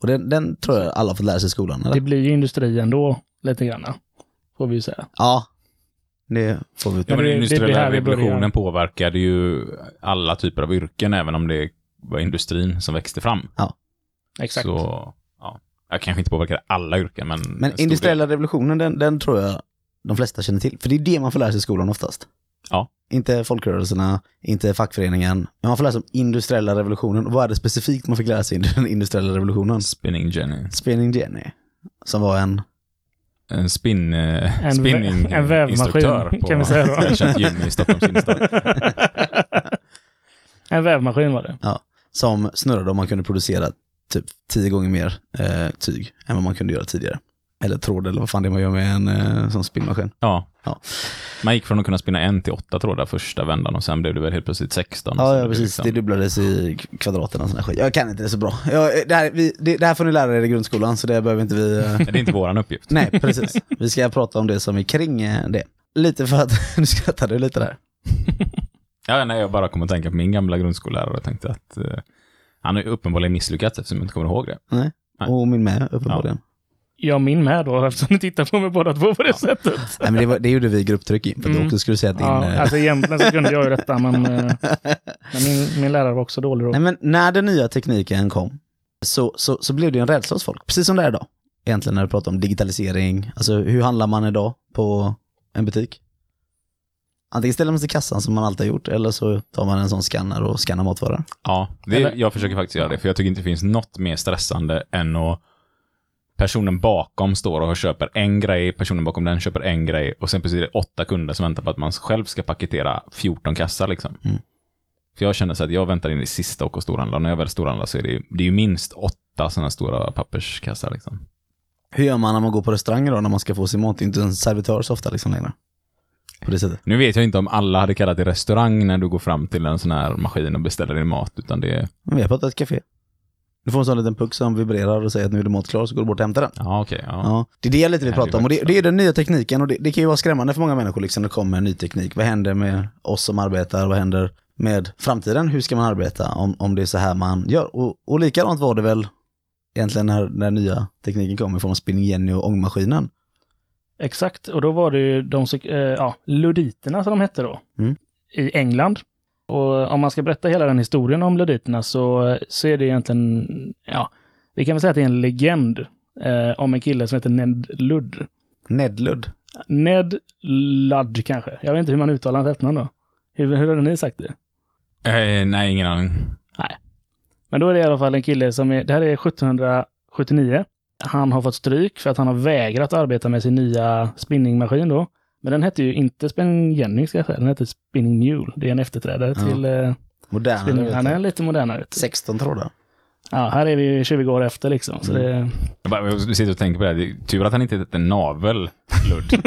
S1: och den, den tror jag alla har fått lära sig i skolan, eller?
S3: Det blir ju industri ändå, lite grann. Får vi ju säga.
S1: Ja. Det får vi.
S2: Ja, men den
S3: det- det- det
S2: industriella
S3: här vi börjar.
S2: revolutionen påverkade ju alla typer av yrken, även om det var industrin som växte fram.
S3: Exakt.
S2: Så, ja. Jag kanske inte påverkade alla yrken, men... en
S1: Men
S2: stor
S1: industriella revolutionen, den, den tror jag de flesta känner till. För det är det man får lära sig i skolan oftast.
S2: Ja.
S1: Inte folkrörelserna, inte fackföreningen. Men man får lära sig om industriella revolutionen. Och vad är det specifikt man fick lära sig i den industriella revolutionen?
S2: del. Spinning Jenny.
S1: Spinning Jenny. Som var en...
S2: En spin... eh,
S3: En vä-
S2: spinning
S3: en vävmaskin,
S2: instruktör på
S3: kan vi säga då.
S2: (laughs) ett känt gym i Stockholms innerstad.
S3: en vävmaskin var det.
S1: Som snurrade och man kunde producera typ tio gånger mer eh, tyg än vad man kunde göra tidigare. Eller tråd eller vad fan det är man gör med en eh, sån spinnmaskin.
S2: Ja.
S1: Ja.
S2: Man gick från att kunna spinna en till åtta trådar första vändan och sen blev det väl helt plötsligt 16. Så
S1: Ja, ja
S2: blev
S1: precis.
S2: liksom-
S1: Det dubblades i k- kvadraterna och sådana skit. Jag kan inte det så bra. Jag, det, här, vi, det, det här får ni lära er i grundskolan, så det behöver inte vi... eh,
S2: Nej, Det är inte våran
S1: (laughs)
S2: uppgift.
S1: Nej, precis. Vi ska prata om det som är kring eh, det. Lite för att, (laughs) nu skrattar du lite där.
S2: Ja, nej, jag bara kom att tänka på min gamla grundskollärare och tänkte att eh, han har ju uppenbarligen misslyckats eftersom jag inte kommer ihåg det. Nej.
S1: Och min med, uppenbarligen.
S3: Jag min med då, eftersom ni tittar på mig båda två på det sättet.
S1: Nej, men det, var, det gjorde vi i grupptryck in, för att du
S3: Mm.
S1: också skulle säga att din...
S3: Ja,
S1: eh,
S3: alltså egentligen så
S1: (laughs)
S3: kunde jag ju detta, men, eh, men min, min lärare var också dålig då.
S1: Nej, men när den nya tekniken kom så, så, så blev det ju en rädsla hos folk, precis som det är idag. Egentligen när du pratar om digitalisering, alltså hur handlar man idag på en butik? Antingen ställer man sig i kassan som man alltid har gjort eller så tar man en sån skanner och skannar matvaror.
S2: Ja, det,
S3: Eller-
S2: jag försöker faktiskt göra det, för jag tycker inte det finns något mer stressande än att personen bakom står och köper en grej, personen bakom den köper en grej och sen precis är det åtta kunder som väntar på att man själv ska paketera 14 kassar liksom.
S1: Mm.
S2: För jag känner så att jag väntar in i sista och storhandlar. När jag väl storhandlar så är det, ju- det är ju minst åtta sådana stora papperskassar liksom.
S1: Hur gör man när man går på restauranger då när man ska få sin mat? Det är inte en servitör så ofta liksom längre. På det sättet.
S2: Nu vet jag inte om alla hade kallat det restaurang när du går fram till en sån här maskin och beställer din mat, utan det
S1: Men vi har pratat ett café. Du får en sån liten puck som vibrerar och säger att nu är det mat klar så går du bort och hämtar den.
S2: ja okej, ja.
S1: Ja, det är det lite vi
S2: Det här
S1: pratar om.
S2: är
S1: Och det,
S2: faktiskt
S1: det är den nya tekniken och det, det kan ju vara skrämmande för många människor liksom, när det kommer en ny teknik. Vad händer med oss som arbetar? Vad händer med framtiden? Hur ska man arbeta om, om det är så här man gör? Och, och likadant var det väl egentligen när, när nya tekniken kom i form av spinning Jenny och ångmaskinen.
S3: Exakt, och då var det ju de sek- eh, ja, luditerna som de hette då,
S1: Mm.
S3: i England. Och om man ska berätta hela den historien om luditerna så, så är det egentligen, ja, vi kan väl säga att det är en legend eh, om en kille som heter Ned Ludd.
S1: Nedlud.
S3: Ned Ludd kanske, jag vet inte hur man uttalar hans efternamn då. Hur, hur hade ni sagt det?
S2: Eh, nej, ingen aning.
S3: Men då är det i alla fall en kille som är, det här är 1779. Han har fått stryk för att han har vägrat arbeta med sin nya spinningmaskin då. Men den hette ju inte Spinning Jenny ska jag säga, den hette Spinning Mule. Det är en efterträdare
S1: Ja.
S3: till eh,
S1: Modernare.
S3: Spinning. Han är
S1: vet
S3: lite modernare. vet
S1: du.
S3: du.
S1: 16 trådar.
S3: Ja, här är vi ju 20 år efter liksom. Så det,
S2: Jag, bara, jag sitter och tänker på det här. Det är Tur att han inte
S3: (laughs)
S2: hette Navel Ludd.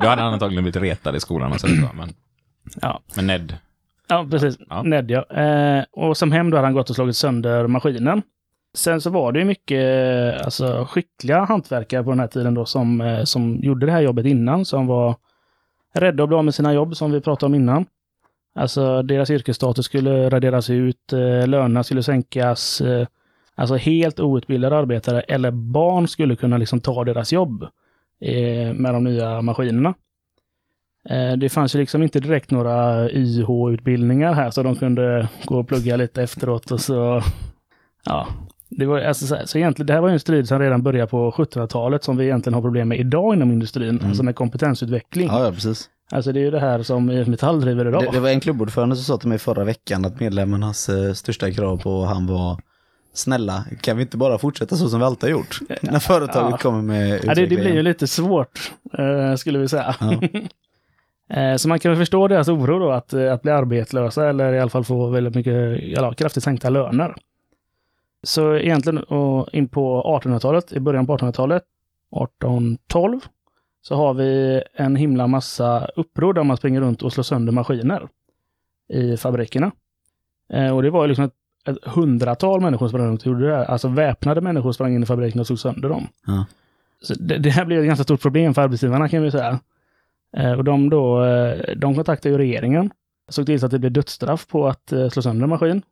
S2: Då hade han antagligen blivit retad i skolan. Och sånt, va? men
S3: Ja,
S2: Med Ned.
S3: ja precis.
S2: Ja.
S3: Ned, ja. Eh, och som hämnd hade han gått och slagit sönder maskinen. Sen så var det ju mycket eh, alltså, skickliga hantverkare på den här tiden då som, eh, som gjorde det här jobbet innan, som var rädda att bli av med sina jobb som vi pratade om innan. Alltså deras yrkesstatus skulle raderas ut, eh, lönerna skulle sänkas. Eh, alltså helt outbildade arbetare eller barn skulle kunna liksom ta deras jobb eh, med de nya maskinerna. Eh, det fanns ju liksom inte direkt några YH-utbildningar här så de kunde gå och plugga lite efteråt och så... Ja. Det, var, alltså, så, så egentligen, det här var ju en strid som redan började på 1700-talet som vi egentligen har problem med idag inom industrin, alltså med kompetensutveckling.
S1: Ja, ja precis.
S3: Alltså det är ju det här som IF Metall driver idag.
S1: Det, det var en klubbordförande som sa till mig förra veckan att medlemmarnas eh, största krav på han var Snälla, kan vi inte bara fortsätta så som vi alltid har gjort? (laughs) När företaget
S3: Ja.
S1: kommer med
S3: Ja, det, det blir ju
S1: utvecklingen.
S3: lite svårt, eh, skulle vi säga. (laughs) Eh, Så man kan väl förstå deras oro då, att, eh, att bli arbetlösa eller i alla fall få väldigt mycket, ja, kraftigt sänkta löner. Så egentligen och in på 1800-talet, i början på 1800-talet, 1812, så har vi en himla massa uppror där man springer runt och slår sönder maskiner i fabrikerna. Eh, Och det var ju liksom ett, ett hundratal människor som sprang runt och gjorde det här. Alltså väpnade människor sprang in i fabriken och slog sönder dem.
S1: Ja.
S3: Så det, det här blev ett ganska stort problem för arbetsgivarna kan vi säga. Eh, och de, då, eh, de kontaktade ju regeringen. Såg till så att det blev dödsstraff på att eh, slå sönder en maskin.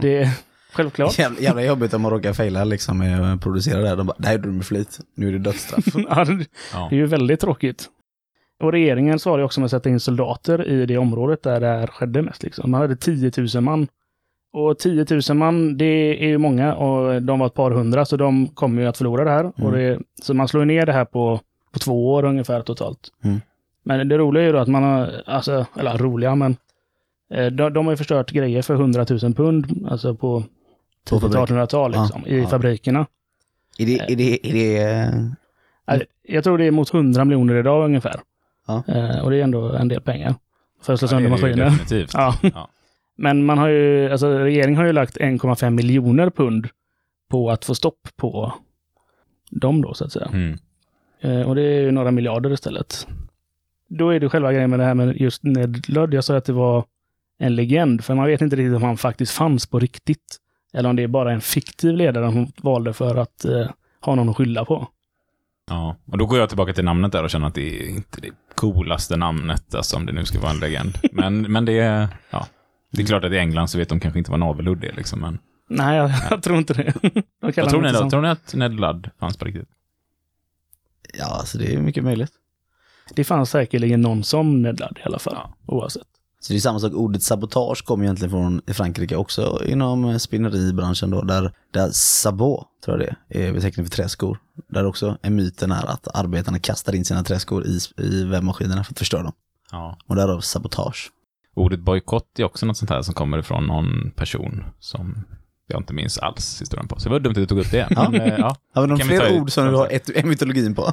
S3: Det är självklart.
S1: Jävla, jävla jobbigt om man råkar fejla liksom med att producera det här. De bara, det här gjorde du med flit. Nu är det dödsstraff.
S3: (laughs) (laughs) Ja, det-
S2: Ja.
S3: Det är ju väldigt tråkigt. Och regeringen svarade ju också med att sätta in soldater i det området där det här skedde mest. Liksom. Man hade 10 000 man. Och 10 000 man, det är ju många och de var ett par hundra, så de kommer ju att förlora det här.
S1: Mm.
S3: Och det, så man slår ju ner det här på, på två år ungefär totalt.
S1: Mm.
S3: Men det roliga är ju då att man har, alltså, eller roliga, men eh, de, de har ju förstört grejer för 100 000 pund, alltså på
S1: På fabrik.
S3: 1800-tal liksom,
S1: Ja,
S3: i
S1: ja.
S3: fabrikerna.
S1: Är det, är det, är det, eh,
S3: Alltså, Jag tror det är mot 100 miljoner idag ungefär.
S1: Ja.
S3: Eh, och det är ändå en del pengar. För att slå
S2: Ja, det
S3: sönder
S2: är det ju
S3: maskiner.
S2: Definitivt.
S3: Ja.
S2: Ja.
S3: Men man har ju, alltså regeringen har ju lagt 1,5 miljoner pund på att få stopp på dem då så att säga.
S2: Mm.
S3: Eh, och det är ju några miljarder istället. Då är det själva grejen med det här med just Ned Ludd. Jag sa att det var en legend, för man vet inte riktigt om han faktiskt fanns på riktigt. Eller om det är bara en fiktiv ledare hon valde för att eh, ha någon att skylla på.
S2: Ja. Och då går jag tillbaka till namnet där och känner att det är inte det coolaste namnet, alltså om det nu ska vara en legend. Men, men det är, ja. Det är klart att i England så vet de kanske inte vad navelhudd är liksom, men
S3: Nej, jag, (laughs) jag tror inte det. De
S2: jag
S3: kallar
S2: tror,
S3: honom
S2: ni,
S3: inte
S2: då,
S3: så.
S2: tror ni att Ned Ludd fanns på riktigt?
S1: ja, alltså det är mycket möjligt.
S3: Det fanns säkerligen någon som Nedlad i alla fall.
S2: Ja.
S3: Oavsett.
S1: Så det är samma sak, ordet sabotage kommer egentligen från i Frankrike också inom eh, spinneribranschen då, där, där sabot, tror jag det är, är beteckning för träskor. Där också är myten är att arbetarna kastar in sina träskor i, i vävmaskinerna för att förstöra dem.
S2: Ja.
S1: Och därav sabotage.
S2: Ordet bojkott är också något sånt här som kommer ifrån någon person som jag inte minns alls historien på. Så det var dumt att du tog upp det. Men, eh, ja.
S1: Har vi några
S2: Kan vi ta
S1: fler
S2: ut-
S1: ord som du har ett, är (laughs) mytologin på?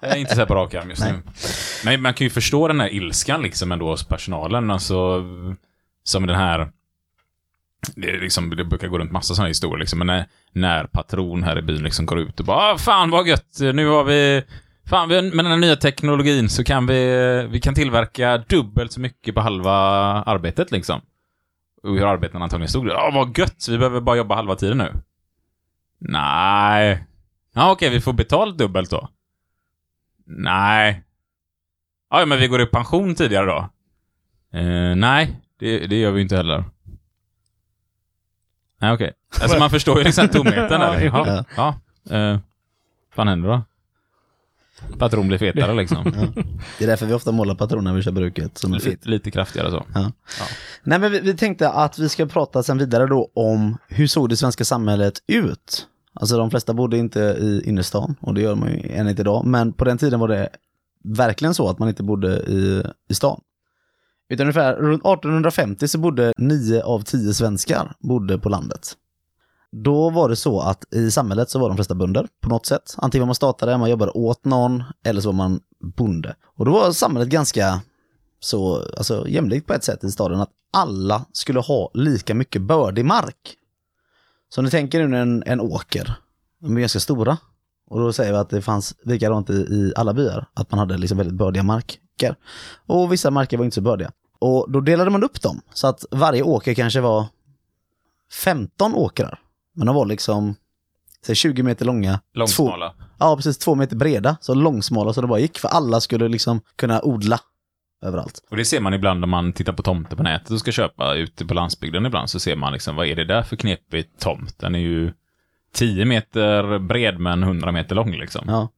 S2: Jag är inte så här på rak arm just nu. Men man kan ju förstå den här ilskan liksom ändå hos personalen. Alltså, som den här... Det, är liksom, det brukar gå runt massa sådana historier. Liksom, men när, när patron här i byn liksom går ut och bara "Ah, “Fan vad gött, nu har vi... Fan, vi- med den här nya teknologin så kan vi, vi kan tillverka dubbelt så mycket på halva arbetet liksom. Och hur arbetarna antagligen stod där. Åh, vad gött, vi behöver bara jobba halva tiden nu. Nej. Ja, okej, vi får betalt dubbelt då. Nej. Ja, ja, men vi går i pension tidigare då? Eh, nej, det, det gör vi inte heller. Nej, okej. Alltså man förstår ju liksom tomheten där. Ja, ja. Eh, vad händer då? Patron blir fetare liksom.
S1: Det är därför vi ofta målar patroner när vi kör bruket som är
S2: Lite,
S1: fit.
S2: lite kraftigare så.
S1: Nej men vi, vi tänkte att vi ska prata sen vidare då om hur såg det svenska samhället ut? Alltså de flesta bodde inte i innerstan och det gör man ju än inte idag. Men på den tiden var det verkligen så att man inte bodde i, i stan. Utan ungefär runt 1850 så bodde 9 av 10 svenskar bodde på landet. Då var det så att i samhället så var de flesta bönder på något sätt. Antingen var man statare, man jobbade åt någon eller så var man bonde. Och då var samhället ganska så alltså, jämlikt på ett sätt i staden att alla skulle ha lika mycket bördig mark. Så om ni tänker nu en, en åker, de är ganska stora. Och då säger vi att det fanns likadant i, i alla byar, att man hade liksom väldigt bördiga mark. åker. Och vissa marker var inte så bördiga. Och då delade man upp dem, så att varje åker kanske var 15 åkrar. Men de var liksom säg 20 meter långa. Två,
S2: Långsmala.
S1: ja, precis. Två meter breda, så långsmala så det bara gick. För alla skulle liksom kunna odla överallt.
S2: Och det ser man ibland när man tittar på tomter på nätet och ska köpa ute på landsbygden ibland. Så ser man liksom, vad är det där för knepig tomt? Den är ju 10 meter bred men 100 meter lång liksom.
S1: Ja.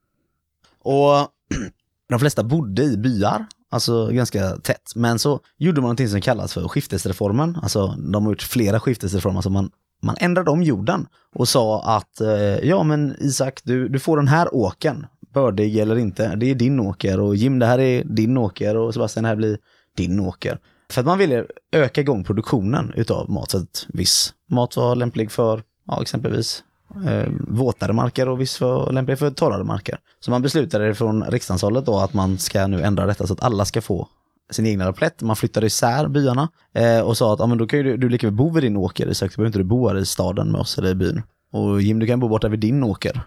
S1: Och (clears throat) de flesta bodde i byar, alltså ganska tätt. Men så gjorde man någonting som kallas för skiftesreformen. Alltså de har gjort flera skiftesreformer. Alltså man, man ändrade om jorden och sa att eh, ja men Isak, du, du får den här åken. Bördig eller inte, det är din åker och Jim det här är din åker och Sebastian det här blir din åker. För att man ville öka igång produktionen utav mat. Så att viss mat var lämplig för ja, exempelvis eh, våtare marker och viss var lämplig för torrare marker. Så man beslutade från riksdagshållet då att man ska nu ändra detta så att alla ska få sin egna plätt. Man flyttade isär byarna eh, och sa att ja men då kan ju du, du lika väl bo vid din åker Isak, du behöver inte du bo här i staden med oss eller i byn. Och Jim, du kan bo borta vid din åker.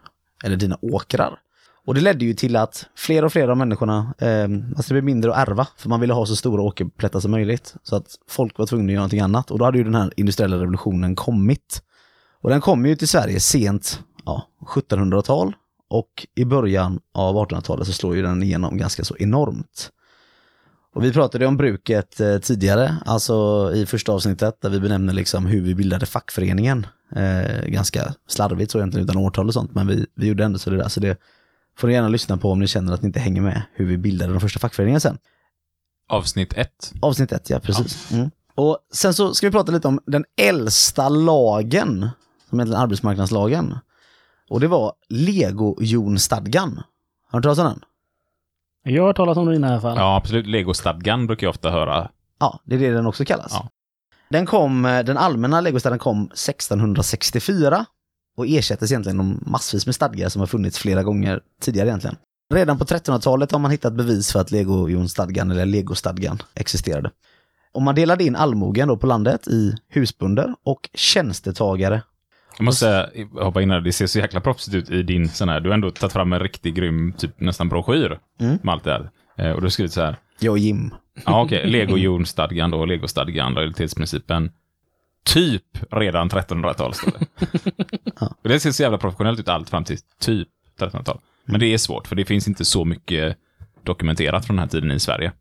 S1: Eller dina åkrar. Och det ledde ju till att fler och fler av människorna, eh, alltså det blev mindre att ärva, för man ville ha så stora åkerplättar som möjligt. Så att folk var tvungna att göra någonting annat. Och då hade ju den här industriella revolutionen kommit. Och den kom ju till Sverige sent ja, 1700-tal och i början av 1800-talet så slår ju den igenom ganska så enormt. Och vi pratade ju om bruket eh, tidigare, alltså i första avsnittet där vi benämner liksom hur vi bildade fackföreningen. Eh, ganska slarvigt så egentligen utan årtal och sånt, men vi, vi gjorde ändå så det där. Så det får ni gärna lyssna på om ni känner att ni inte hänger med hur vi bildade den första fackföreningen sen.
S2: Avsnitt 1.
S1: Avsnitt ett, ja precis. Mm. Och sen så ska vi prata lite om den äldsta lagen, som heter arbetsmarknadslagen. Och det var Lego-Jonstadgan. Har du hört talas om den?
S3: Jag har talat om det innan i alla fall.
S2: Ja, absolut. Legostadgan brukar jag ofta höra.
S1: Ja, det är det den också kallas.
S2: Ja.
S1: Den, kom, eh, den allmänna legostadgan kom 1664 och ersattes egentligen av massvis med stadgar som har funnits flera gånger tidigare egentligen. Redan på 1300-talet har man hittat bevis för att legojonsstadgan eller legostadgan existerade. Och man delade in allmogen då på landet i husbönder och tjänstetagare.
S2: Jag måste säga, hoppa in här, det ser så jäkla proffsigt ut i din sån här. Du har ändå tagit fram en riktigt grym, typ nästan broschyr
S1: Mm.
S2: med allt det här. Eh, Och du har skrivit så här.
S1: Jag och Jim. (laughs)
S2: Ja, okej. Lego-jordstadgan då, Lego-stadgan, realitetsprincipen. Typ redan 1300-tal, står det.
S1: (laughs) Ja.
S2: Och Det ser så jävla professionellt ut allt fram till typ 1300-tal. Men det är svårt, för det finns inte så mycket dokumenterat från den här tiden i Sverige.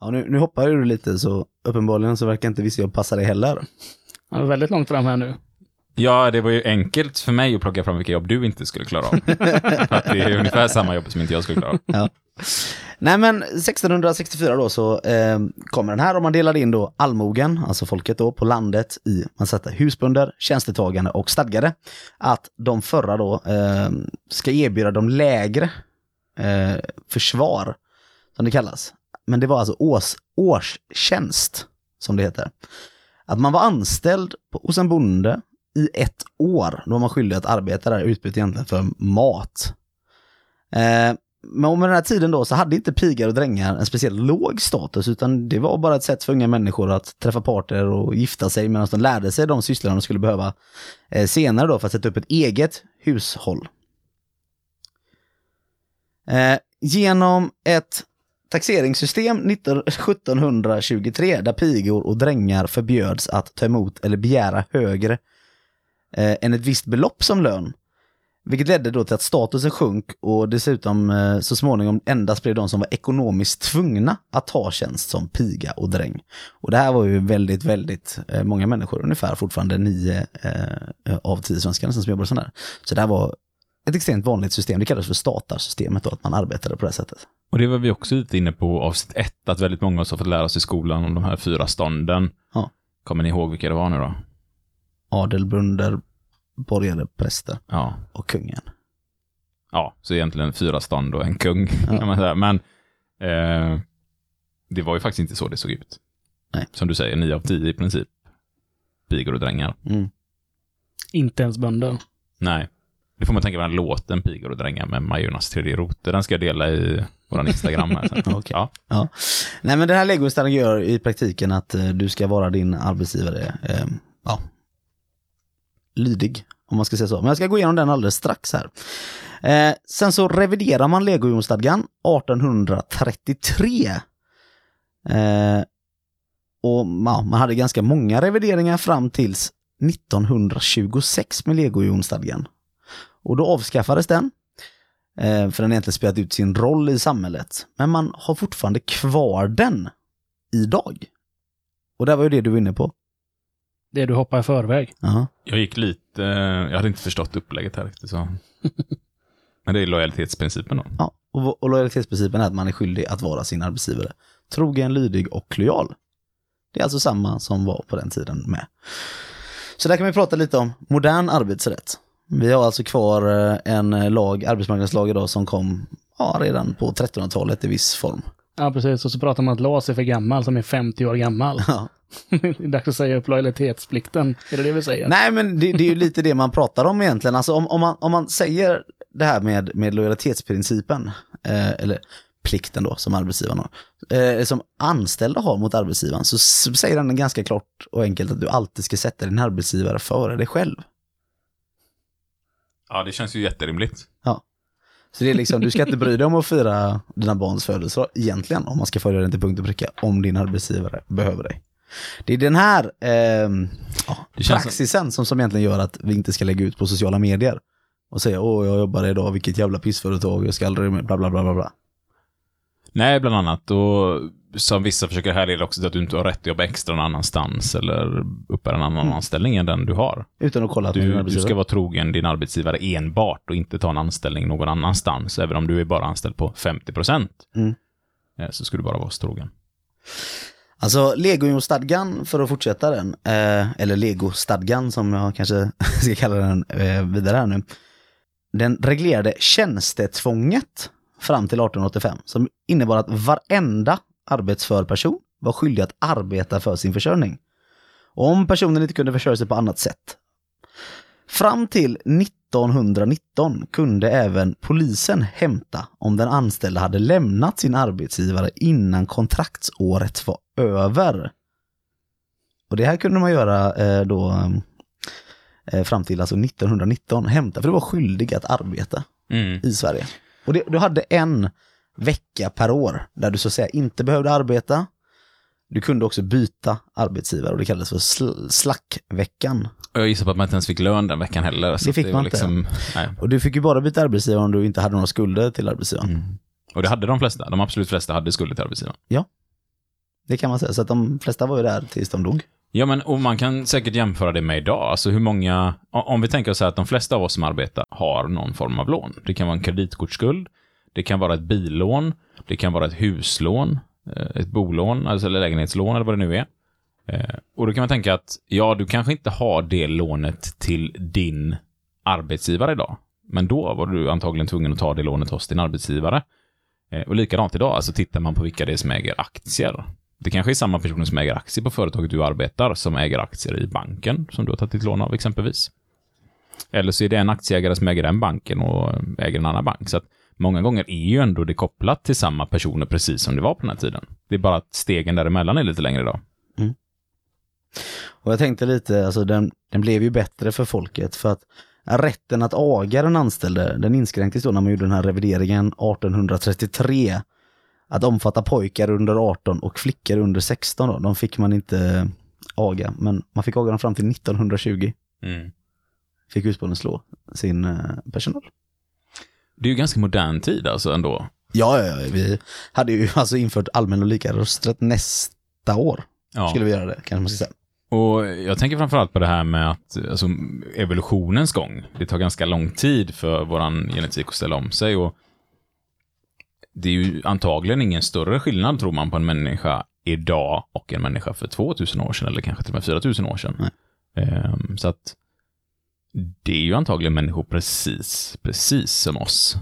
S1: Ja, nu, nu hoppar du lite så uppenbarligen så verkar inte vissa jag passa dig heller.
S3: Han är väldigt långt fram här nu.
S2: Ja, det var ju enkelt för mig att plocka fram vilka jobb du inte skulle klara
S1: (laughs)
S2: av. för att det är ungefär samma jobb som inte jag skulle klara av.
S1: Nej men 1664 då så eh, kommer den här och man delade in då allmogen, alltså folket då, på landet i, man satte husbönder, tjänstetagande och stadgade. Att de förra då eh, ska erbjuda de lägre eh, försvar, som det kallas. Men det var alltså års, årstjänst, som det heter. Att man var anställd på, hos en bonde i ett år, då var man skyldig att arbeta där, utbyte egentligen för mat. Eh, men om den här tiden då så hade inte pigar och drängar en speciellt låg status utan det var bara ett sätt för unga människor att träffa parter och gifta sig medan de lärde sig de sysslorna de skulle behöva eh, senare då för att sätta upp ett eget hushåll. Eh, genom ett taxeringssystem 19- 1723 där pigor och drängar förbjöds att ta emot eller begära högre eh, än ett visst belopp som lön vilket ledde då till att statusen sjönk och dessutom eh, så småningom endast blev de som var ekonomiskt tvungna att ta tjänst som piga och dräng. Och det här var ju väldigt, väldigt eh, många människor, ungefär fortfarande nio eh, av tio svenskar nästan som jobbade sådär. Så det här var ett extremt vanligt system, det kallades för statarsystemet då, att man arbetade på det här sättet.
S2: Och det var vi också lite inne på avsnitt ett, att väldigt många av oss har fått lära sig i skolan om de här fyra stånden.
S1: Ja.
S2: Kommer ni ihåg vilka det var nu då?
S1: Adel, brunder, borgare, präster
S2: Ja,
S1: och kungen.
S2: ja så egentligen fyra stånd och en kung. (laughs) Kan man säga. Men eh, det var ju faktiskt inte så det såg ut.
S1: Nej.
S2: Som du säger, nio av tio i princip. Pigor och drängar.
S1: Mm.
S3: Inte ens bönder.
S2: Nej. Det får man tänka på den låten Pigor och drängar med Majornas tredje rote. Den ska jag dela i våran Instagram här sen.
S1: (laughs) Okej.
S2: ja.
S1: Ja. Nej men den här legoställen gör i praktiken att eh, du ska vara din arbetsgivare eh, ja, lydig. Om man ska säga så. Men jag ska gå igenom den alldeles strax här. Eh, sen så reviderar man legounionstadgan 1833. Eh, och ja, man hade ganska många revideringar fram tills 1926 med legounionstadgan. Och då avskaffades den. eh, För den har egentligen spelat ut sin roll i samhället. Men man har fortfarande kvar den idag. Och det var ju det du var inne på.
S3: Det du hoppar i förväg.
S1: Jaha.
S2: Jag gick lite, eh, jag hade inte förstått upplägget här
S1: (laughs)
S2: riktigt. Så. Men det är lojalitetsprincipen då.
S1: Ja. Och, och lojalitetsprincipen är att man är skyldig att vara sin arbetsgivare. Trogen, lydig och lojal. Det är alltså samma som var på den tiden med. Så där kan vi prata lite om modern arbetsrätt. Vi har alltså kvar eh, en lag, arbetsmarknadslag idag som kom ja, redan på 1300-talet i viss form.
S3: Ja, precis. Och så pratar man att LAS är för gammal, som är 50 år gammal. (laughs)
S1: Ja.
S3: det är dags att säga upp lojalitetsplikten. Är det det vi säger?
S1: Nej, men det, det är ju lite det man pratar om egentligen. Alltså om, om, man, om man säger det här med, med lojalitetsprincipen, eh, eller plikten då som arbetsgivaren har, eh, som anställda har mot arbetsgivaren, så s- säger den ganska klart och enkelt att du alltid ska sätta din arbetsgivare före dig själv.
S2: Ja, det känns ju jätterimligt.
S1: Så det är liksom, du ska inte bry dig om att fira dina barns födelsedag egentligen, om man ska följa den till punkt och pricka, om din arbetsgivare behöver dig. Det är den här ehm, ja,
S2: Det känns som-
S1: praxisen som, som egentligen gör att vi inte ska lägga ut på sociala medier och säga åh, jag jobbar idag, vilket jävla pissföretag, jag ska aldrig med, bla bla bla bla. bla.
S2: Nej, bland annat. Och som vissa försöker härleda också till att du inte har rätt att jobba extra någon annanstans eller uppbära en annan anställning än den du har.
S1: Utan Mm. att kolla på din
S2: Du, du
S1: arbetsgivare.
S2: ska vara trogen din arbetsgivare enbart och inte ta en anställning någon annanstans. Även om du är bara anställd på 50 procent Eh,
S1: Mm.
S2: så ska du bara vara oss trogen.
S1: Alltså Legostadgan, för att fortsätta den, eh, eller Legostadgan som jag kanske (laughs) ska kalla den eh, vidare här nu. Den reglerade tjänstetvånget fram till 1885 som innebar att varenda arbetsför person var skyldig att arbeta för sin försörjning. Och om personen inte kunde försörja sig på annat sätt. Fram till 1919 kunde även polisen hämta om den anställde hade lämnat sin arbetsgivare innan kontraktsåret var över. Och det här kunde man göra eh, då eh, fram till alltså 1919, hämta, för du var skyldig att arbeta
S2: Mm.
S1: i Sverige. Och det, du hade en vecka per år där du så att säga inte behövde arbeta. Du kunde också byta arbetsgivare och det kallades för sl- slackveckan.
S2: Och Jag gissar på att man inte ens fick lön den veckan heller. så
S1: Det
S2: att
S1: fick
S2: var
S1: man inte.
S2: Liksom, nej.
S1: Och du fick ju bara byta arbetsgivare om du inte hade några skulder till arbetsgivaren.
S2: Och det hade de flesta. De absolut flesta hade skulder till arbetsgivaren.
S1: Det kan man säga. Så att de flesta var ju där tills de dog.
S2: Ja, men och man kan säkert jämföra det med idag. Alltså hur många, o- om vi tänker oss här att de flesta av oss som arbetar har någon form av lån. Det kan vara en kreditkortsskuld, det kan vara ett billån, det kan vara ett huslån, eh, ett bolån, alltså eller lägenhetslån eller vad det nu är. Eh, Och då kan man tänka att ja, du kanske inte har det lånet till din arbetsgivare idag. Men då var du antagligen tvungen att ta det lånet hos din arbetsgivare. Eh, Och likadant idag, alltså tittar man på vilka det är som äger aktier. Det kanske är samma personer som äger aktier på företaget du arbetar som äger aktier i banken som du har tagit ditt lån av exempelvis. Eller så är det en aktieägare som äger den banken och äger en annan bank. Så att många gånger är ju ändå det kopplat till samma personer precis som det var på den här tiden. Det är bara att stegen däremellan är lite längre idag.
S1: Och jag tänkte lite, alltså den, den blev ju bättre för folket för att rätten att aga den anställde, den inskränktes då när man gjorde den här revideringen 1833. Att omfatta pojkar under 18 och flickor under 16 då, de fick man inte aga, men man fick aga dem fram till 1920. Fick husbonden slå sin eh, personal.
S2: Det är ju ganska modern tid alltså ändå.
S1: Ja, ja, ja, vi hade ju alltså infört allmän och lika rösträtt nästa år.
S2: Ja.
S1: Skulle vi göra det, kanske man ska säga.
S2: Och jag tänker framförallt på det här med att alltså, evolutionens gång. Det tar ganska lång tid för våran genetik att ställa om sig. Och det är ju antagligen ingen större skillnad, tror man, på en människa idag och en människa för 2000 år sedan, eller kanske till och med 4000 år sedan.
S1: Nej.
S2: Ehm, så att det är ju antagligen människor precis, precis som oss.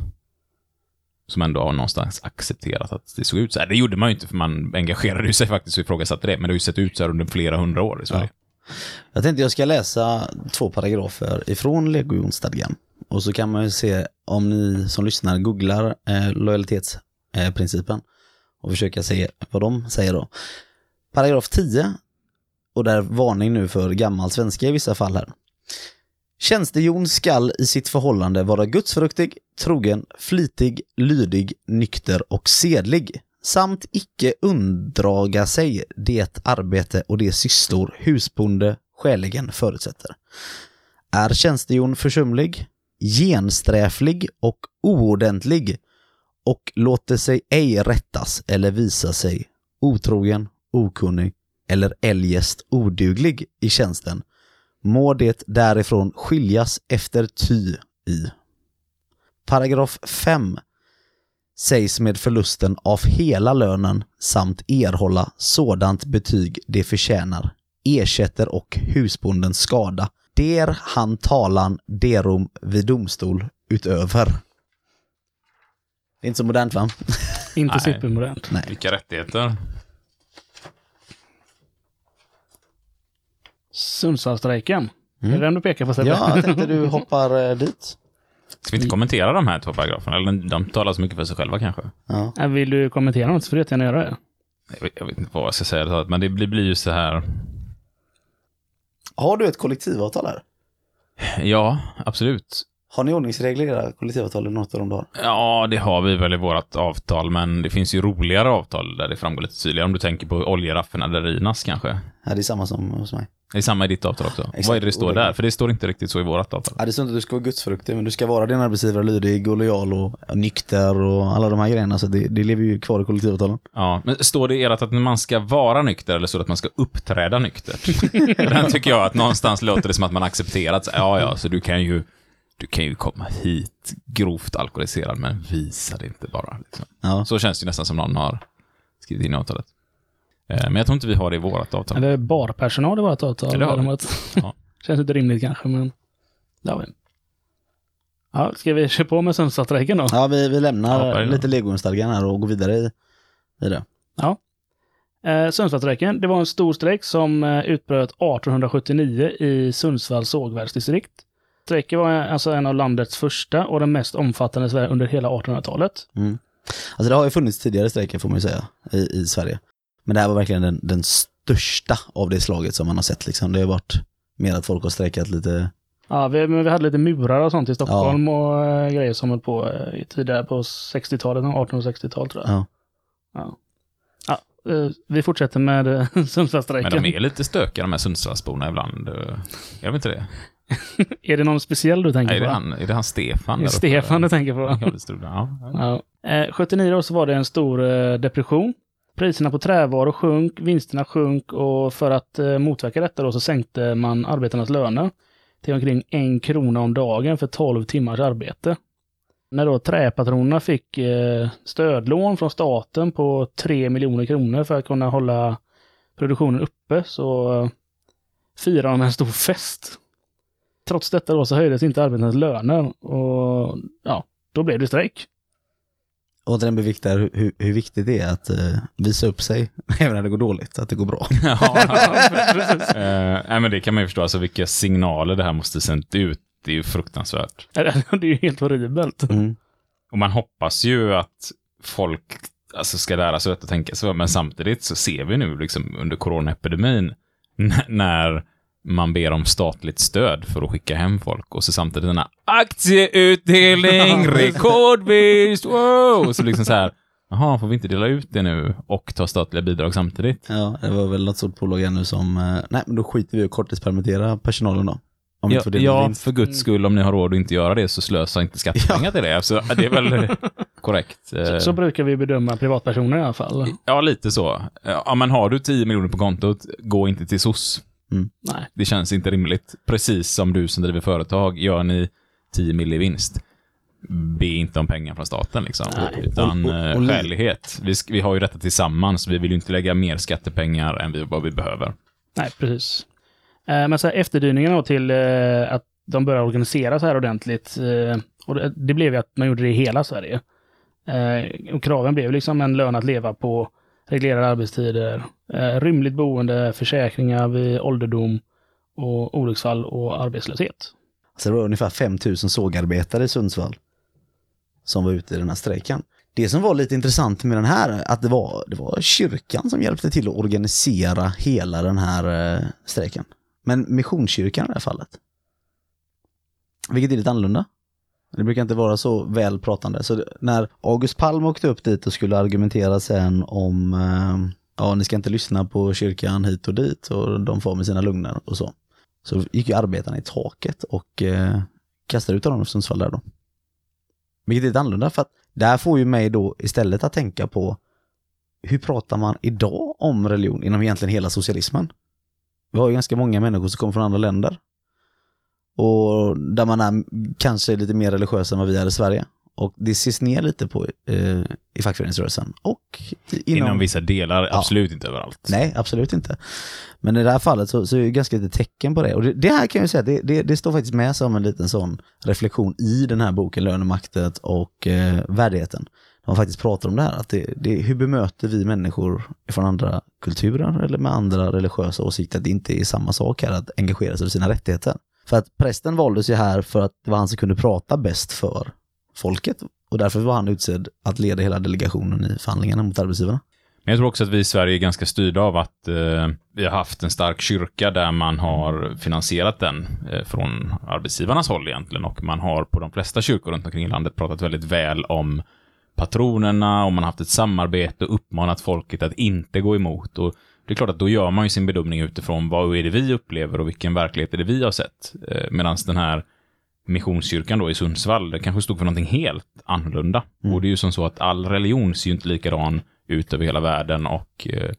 S2: Som ändå har någonstans accepterat att det såg ut så här. Det gjorde man ju inte, för man engagerade ju sig faktiskt och ifrågasatte det. Men det har ju sett ut så här under flera hundra år i Sverige.
S1: Jag tänkte jag ska läsa två paragrafer ifrån legionstadgan. Och så kan man ju se om ni som lyssnar googlar eh, lojalitetsprincipen och försöka se vad de säger då. Paragraf 10, och där varning nu för gammal svenska i vissa fall här. Tjänstejon skall i sitt förhållande vara gudsfruktig, trogen, flitig, lydig, nykter och sedlig, samt icke undraga sig det arbete och de sysslor husbonde skäligen förutsätter. Är tjänstejon försumlig, gensträflig och oordentlig och låter sig ej rättas eller visa sig otrogen, okunnig eller eljest oduglig i tjänsten må det därifrån skiljas efter ty i. Paragraf 5 sägs med förlusten av hela lönen samt erhålla sådant betyg det förtjänar, ersätter och husbondens skada, der han talan derom vid domstol utöver. Det är inte så modernt va?
S3: Inte
S2: Nej.
S3: supermodernt.
S2: Vilka rättigheter?
S3: Sundsvallsstrejken.
S2: Mm.
S3: Är det den du pekar på Sebbe?
S1: Ja, (laughs) jag tänkte du hoppar eh, dit.
S2: Ska vi inte kommentera de här två paragraferna? Eller de talar så mycket för sig själva kanske.
S1: Ja.
S3: Äh, Vill du kommentera något så får du jättegärna göra det.
S2: Jag vet, jag vet inte vad jag ska säga, men det blir, blir ju så här.
S1: Har du ett kollektivavtal här?
S2: Ja, absolut.
S1: Har ni ordningsregler i era kollektivavtal eller något av dem du har?
S2: Ja, det har vi väl i vårt avtal, men det finns ju roligare avtal där det framgår lite tydligare. Om du tänker på oljeraffinaderiernas kanske.
S1: Ja, det är samma som hos mig.
S2: Det är samma i ditt avtal också.
S1: Exakt.
S2: Vad är det det står där?
S1: Olika.
S2: För det står inte riktigt så i vårt avtal.
S1: Ja, det står inte att du ska vara gudsfruktig, men du ska vara din arbetsgivare lydig och lojal och nykter och alla de här grejerna. Så det, det lever ju kvar i kollektivavtalen.
S2: Ja, men står det i ert att man ska vara nykter eller står det att man ska uppträda nyktert? (laughs) Den tycker jag att någonstans låter det som att man accepterat. så, Ja, ja, så du kan ju, du kan ju komma hit grovt alkoholiserad, men visa det inte bara. Liksom.
S1: Ja.
S2: Så känns det ju nästan som någon har skrivit in i avtalet. Eh, Men jag tror inte vi har det i vårt avtal.
S3: Eller barpersonal i vårt avtal.
S2: Ja, det har vi.
S3: däremot.
S2: Ja.
S3: (laughs) Känns inte rimligt kanske, men det har vi. Ja, ska vi köra på med Sundsvallsstrejken då?
S1: Ja, vi, vi
S2: Ja,
S1: lämnar
S2: verkligen.
S1: lite legoinstadgan här och går vidare i, i det.
S3: Eh, Sundsvallsstrejken, det var en stor strejk som eh, utbröt 1879 i Sundsvalls sågverksdistrikt. Strejken var eh, alltså en av landets första och den mest omfattande i Sverige under hela 1800-talet.
S1: Alltså det har ju funnits tidigare strejker får man ju säga i, i Sverige. Men det här var verkligen den, den största av det slaget som man har sett. Liksom. Det har varit mer att folk har strejkat lite.
S3: Ja, vi, men vi hade lite murar och sånt i Stockholm och eh, grejer som höll på eh, i tidigare på 60-talet, 1860-tal tror jag.
S1: Ja.
S3: Ja. Ja, eh, vi fortsätter med eh, (laughs)
S2: Men
S3: Sundsvallsstrejken.
S2: de är lite stökiga de här Sundsvallsborna ibland. eh, Är de inte det?
S3: Är det någon speciell du tänker
S2: Nej, är,
S3: på?
S2: det han, är det han Stefan? där
S3: Är det
S2: uppe?
S3: Stefan du tänker på?
S2: Ja, det stod- ja, ja.
S3: Ja. Eh, 79 år så var det en stor eh, depression. Priserna på trävaror sjönk, vinsterna sjönk och för att eh, motverka detta då så sänkte man arbetarnas löner till omkring en krona om dagen för 12 timmars arbete. När då träpatronerna fick eh, stödlån från staten på 3 miljoner kronor för att kunna hålla produktionen uppe så eh, firade de en stor fest. Trots detta då så höjdes inte arbetarnas löner och ja, då blev det strejk.
S1: Återigen beviktar hur- hur, hur viktigt det är att eh, visa upp sig (laughs) även när det går dåligt, att det går bra.
S2: (laughs) Eh, nej, men det kan man ju förstå. Alltså vilka signaler det här måste sänt ut. Det är ju fruktansvärt.
S3: (laughs) Det är ju helt horribelt.
S1: Mm.
S2: Och man hoppas ju att folk alltså, ska lära sig att tänka så. Men samtidigt så ser vi nu liksom, under coronaepidemin n- när man ber om statligt stöd för att skicka hem folk och så samtidigt denna aktieutdelning, rekordvinst, wow! Och så liksom så här, jaha, får vi inte dela ut det nu och ta statliga bidrag samtidigt?
S1: Ja, det var väl något stort bolag här nu som, eh, nej men då skiter vi i att korttidspermittera personalen då. Om vi
S2: ja,
S1: inte får det
S2: ja,
S1: ja. vinst.
S2: för guds skull, om ni har råd att inte göra det så slösa
S1: (laughs)
S2: inte skattepengar till det. Så det är väl korrekt. Eh, Mm.
S3: Så, så brukar vi bedöma privatpersoner i alla fall.
S2: Ja, lite så. Eh, Ja, men har du 10 miljoner på kontot, gå inte till SOS.
S1: Mm.
S3: Nej.
S2: Det känns inte rimligt. Precis som du som driver företag, gör ni 10 miljoner i vinst, be inte om pengar från staten. Liksom, utan
S1: Och- och-
S2: eh,
S1: och li-
S2: skälighet. Vi, sk- vi har ju detta tillsammans, vi vill ju inte lägga mer skattepengar än vi, vad vi behöver.
S3: Nej, precis. Eh, Men så här, efterdyningarna då till eh, att de började organisera så här ordentligt. eh, Och det- det blev ju att man gjorde det i hela Sverige. Eh, Och kraven blev liksom en lön att leva på, reglerade arbetstider, eh, rymligt boende, försäkringar vid ålderdom och olycksfall och arbetslöshet.
S1: Så det var ungefär 5000 sågarbetare i Sundsvall som var ute i den här strejken. Det som var lite intressant med den här, att det var, det var kyrkan som hjälpte till att organisera hela den här eh, strejken. Men Missionskyrkan i det här fallet. Vilket är lite annorlunda. Det brukar inte vara så välpratande. Så det- när August Palm åkte upp dit och skulle argumentera sen om eh, ja, ni ska inte lyssna på kyrkan hit och dit och de får med sina lugnar och så. Så gick ju arbetarna i taket och eh, kastade ut honom i Sundsvall där då. Vilket är lite annorlunda för att det här får ju mig då istället att tänka på hur pratar man idag om religion inom egentligen hela socialismen? Vi har ju ganska många människor som kommer från andra länder. Och där man är kanske lite mer religiös än vad vi är i Sverige. Och det ses ner lite på eh, i fackföreningsrörelsen och i-
S2: Inom,
S1: inom
S2: vissa delar, absolut inte överallt.
S1: Nej, absolut inte. Men i det här fallet så, så är det ju ganska lite tecken på det. Och det, det här kan jag ju säga, det, det, det står faktiskt med som en liten sån reflektion i den här boken Lönemaktet och eh, värdigheten. De faktiskt pratar om det här, att det, det, hur bemöter vi människor från andra kulturer eller med andra religiösa åsikter, att det inte är samma sak här att engagera sig för sina rättigheter. För att prästen valdes ju här för att det var han som kunde prata bäst för folket och därför var han utsedd att leda hela delegationen i förhandlingarna mot arbetsgivarna.
S2: Men jag tror också att vi i Sverige är ganska styrda av att eh, vi har haft en stark kyrka där man har finansierat den eh, från arbetsgivarnas håll egentligen. Och man har på de flesta kyrkor runt omkring i landet pratat väldigt väl om patronerna och man har haft ett samarbete och uppmanat folket att inte gå emot. Och det är klart att då gör man ju sin bedömning utifrån vad är det vi upplever och vilken verklighet är det vi har sett. Eh, Medan den här Missionskyrkan då i Sundsvall, det kanske stod för någonting helt annorlunda. Och det är ju som så att all religion ser ju inte likadan ut över hela världen och eh,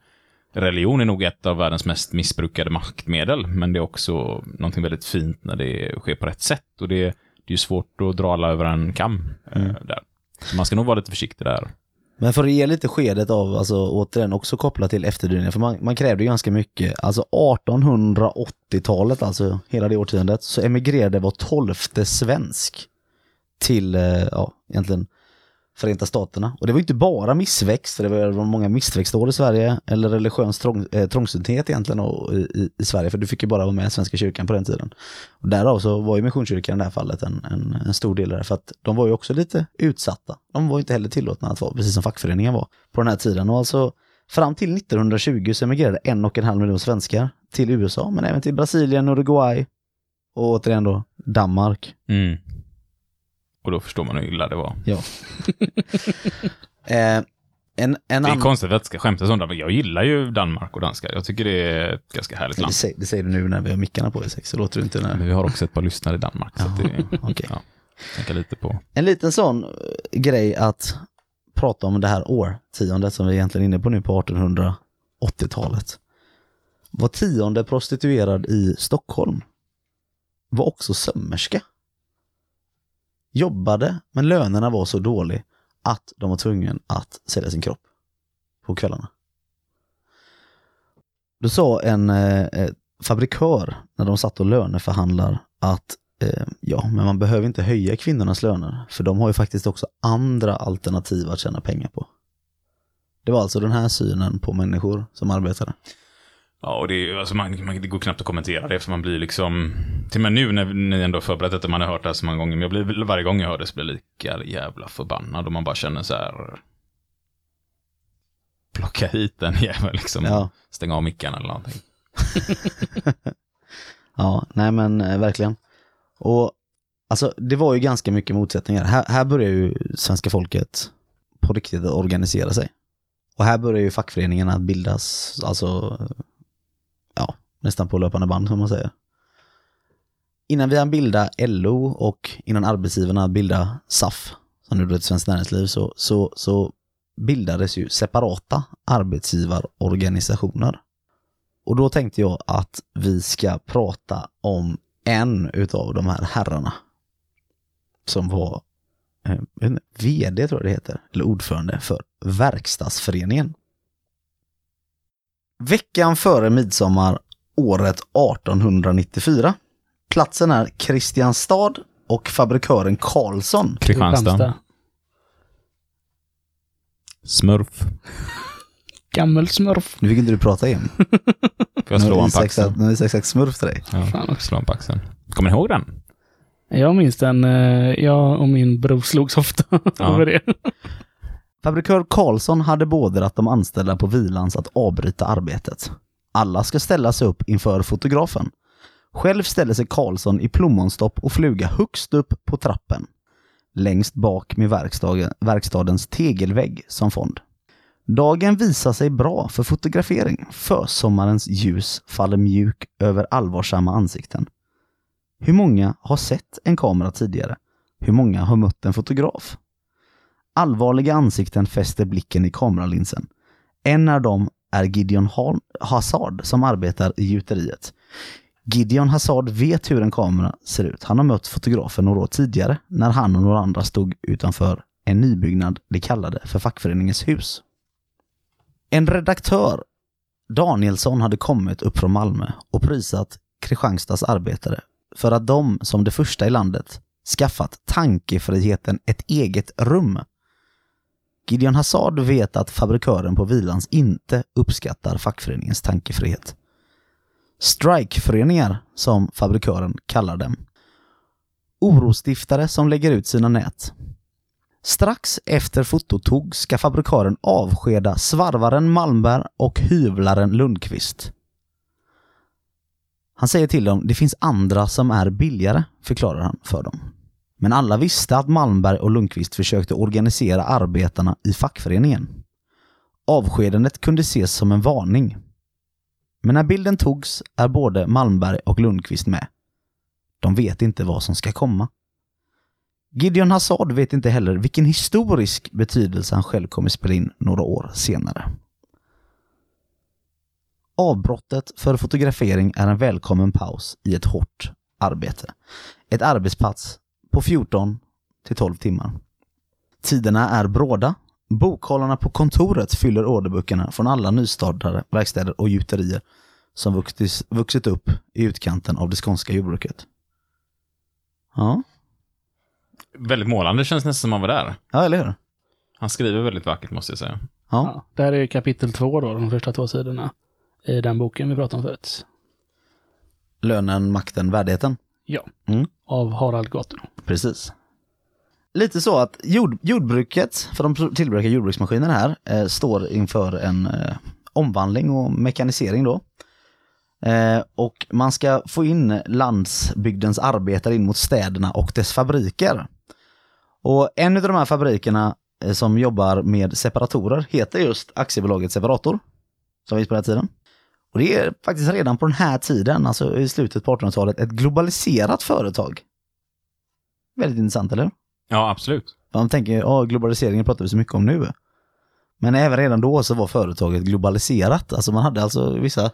S2: religion är nog ett av världens mest missbrukade maktmedel, men det är också någonting väldigt fint när det sker på rätt sätt. Och det, det är ju svårt att dra alla över en kam eh, där. Så man ska nog vara lite försiktig där.
S1: Men för att ge lite skedet av, alltså återigen också kopplat till efterdyningar, för man, man krävde ju ganska mycket. Alltså 1880-talet, alltså hela det årtiondet, så emigrerade var tolfte svensk till, eh, ja, egentligen Förenta Staterna. Och det var ju inte bara missväxt, för det var det var många missväxtår i Sverige, eller religiös trång, eh, trångsynthet egentligen och, i, i- i Sverige, för du fick ju bara vara med i Svenska kyrkan på den tiden. Och därav så var ju Missionskyrkan i det här fallet en, en, en stor del av det, för att de var ju också lite utsatta. De var ju inte heller tillåtna att vara, precis som fackföreningen var, på den här tiden. Och alltså fram till 1920 så emigrerade en och en halv miljon svenskar till USA, men även till Brasilien, Uruguay och återigen då Danmark.
S2: Mm. Och då förstår man hur illa det var.
S1: Ja. eh, en, en
S2: Det är
S1: annan...
S2: konstigt att jag ska skämta sånt, där, men jag gillar ju Danmark och danskar. Jag tycker det är ett ganska härligt
S1: Det
S2: land.
S1: säger, det säger du nu när vi har mickarna på i sex, så låter det inte
S2: (laughs)
S1: när...
S2: Men vi har också ett par lyssnare i Danmark. Så att det,
S1: okej.
S2: ja, tänka lite på.
S1: En liten sån eh, grej att prata om det här årtiondet som vi egentligen är inne på nu på 1880-talet. Var tionde prostituerad i Stockholm var också sömmerska. Jobbade, men lönerna var så dålig att de var tvungna att sälja sin kropp på kvällarna. Då sa en eh, eh, fabrikör när de satt och löneförhandlar att eh, ja, men man behöver inte höja kvinnornas löner för de har ju faktiskt också andra alternativ att tjäna pengar på. Det var alltså den här synen på människor som arbetade.
S2: Ja, och det, är- alltså man, man, det går knappt att kommentera det, för man blir liksom... Till och med nu när ni ändå har förberett detta, man har hört det här så många gånger, men jag blir, väl- varje gång jag hör det så blir jag lika jävla förbannad och man bara känner så här... Plocka hit den jäveln liksom.
S1: Ja.
S2: Stäng av mickarna eller någonting.
S1: Ja, nej men eh, verkligen. Och alltså det var ju ganska mycket motsättningar. Här, här börjar ju svenska folket på riktigt att organisera sig. Och här börjar ju fackföreningarna att bildas, alltså eh, ja, nästan på löpande band som man säger. Innan vi hann bilda LO och innan arbetsgivarna bilda SAF, som nu då är ett Svenskt Näringsliv, så, så, så bildades ju separata arbetsgivarorganisationer. Och då tänkte jag att vi ska prata om en utav de här herrarna. Som var eh, jag vet inte, VD tror jag det heter, eller ordförande för Verkstadsföreningen. Veckan före midsommar året 1894. Platsen är Kristianstad och fabrikören Karlsson.
S2: Kristianstad. Smurf.
S3: Gammelsmurf.
S1: Nu fick inte du prata igen.
S2: Får jag slå
S1: Nu har
S2: en på
S1: Isak sagt-
S2: axeln?
S1: Nu har Isak sagt smurf till dig.
S2: Ja,
S3: Fan också.
S2: slå en på axeln. Kommer ni ihåg den?
S3: Jag minns den. eh, Jag och min bror slogs ofta (laughs)
S2: Ja.
S3: över det.
S1: Fabrikör Karlsson hade beordrat de anställda på Vilans att avbryta arbetet. Alla ska ställa sig upp inför fotografen. Själv ställer sig Karlsson i plommonstopp och fluga högst upp på trappen. Längst bak med verkstaden, verkstadens tegelvägg som fond. Dagen visar sig bra för fotografering. Försommarens ljus faller mjuk över allvarsamma ansikten. Hur många har sett en kamera tidigare? Hur många har mött en fotograf? Allvarliga ansikten fäster blicken i kameralinsen. En av dem är Gideon Hal- Hazard som arbetar i gjuteriet. Gideon Hazard vet hur en kamera ser ut. Han har mött fotografen några år tidigare när han och några andra stod utanför en nybyggnad de kallade för fackföreningens hus. En redaktör, Danielsson, hade kommit upp från Malmö och prisat Kristianstads arbetare för att de, som det första i landet, skaffat tankefriheten ett eget rum. Gideon Hazard vet att fabrikören på Vilans inte uppskattar fackföreningens tankefrihet. Strikeföreningar, som fabrikören kallar dem. Orostiftare som lägger ut sina nät. Strax efter fotot tog ska fabrikören avskeda svarvaren Malmberg och hyvlaren Lundqvist. Han säger till dem, det finns andra som är billigare, förklarar han för dem. Men alla visste att Malmberg och Lundqvist försökte organisera arbetarna i fackföreningen. Avskedandet kunde ses som en varning. Men när bilden togs är både Malmberg och Lundqvist med. De vet inte vad som ska komma. Gideon Hazard vet inte heller vilken historisk betydelse han själv kommer spela in några år senare. Avbrottet för fotografering är en välkommen paus i ett hårt arbete. Ett arbetspass på 14 till 12 timmar. Tiderna är bråda. Bokhållarna på kontoret fyller orderböckerna från alla nystartade verkstäder och gjuterier som vuxit, vuxit upp i utkanten av det skånska jordbruket. Ja,
S2: Väldigt målande känns nästan som man var där.
S1: ja eller hur?
S2: Han skriver väldigt vackert måste jag säga.
S1: Ja.
S3: Ja, det här är ju kapitel två då, de första två sidorna i den boken vi pratade om förut.
S1: Lönen, makten, värdigheten.
S3: Ja,
S1: Mm.
S3: av Harald Gato.
S1: Precis. Lite så att jord, jordbruket, för de tillverkar jordbruksmaskiner här, eh, står inför en eh, omvandling och mekanisering då. Eh, och man ska få in landsbygdens arbetare in mot städerna och dess fabriker. Och en av de här fabrikerna eh, som jobbar med separatorer heter just aktiebolaget Separator, som finns på den här tiden. Och det är faktiskt redan på den här tiden, alltså i slutet på 1800-talet, ett globaliserat företag. Väldigt intressant, eller?
S2: Ja, absolut.
S1: Man tänker, ja globaliseringen pratar vi så mycket om nu. Men även redan då så var företaget globaliserat. Alltså man hade alltså vissa...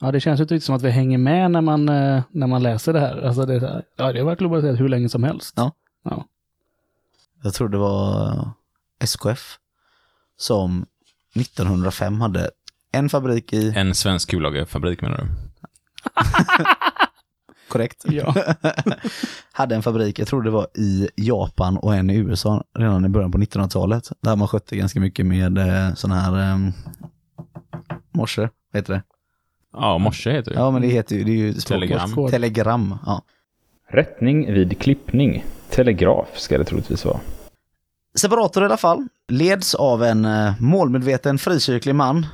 S3: Ja, det känns ju inte riktigt som att vi hänger med när man, eh, när man läser det här. Alltså det, är så här, ja, det har varit globaliserat hur länge som helst.
S1: Ja.
S3: ja.
S1: Jag tror det var eh, SKF som 1905 hade en fabrik i...
S2: En svensk kullagerfabrik menar du?
S1: Korrekt.
S3: Ja.
S1: (laughs) hade en fabrik, jag tror det var i Japan och en i USA redan i början på 1900-talet. Där man skötte ganska mycket med sådana här... Eh, morse, vad heter det?
S2: Ja, Morse heter det.
S1: Ja, men det heter ju... Det är ju språk-
S2: Telegram.
S1: Telegram, ja.
S6: Rättning vid klippning. Telegraf ska det troligtvis vara.
S1: Separator i alla fall leds av en eh, målmedveten frikyrklig man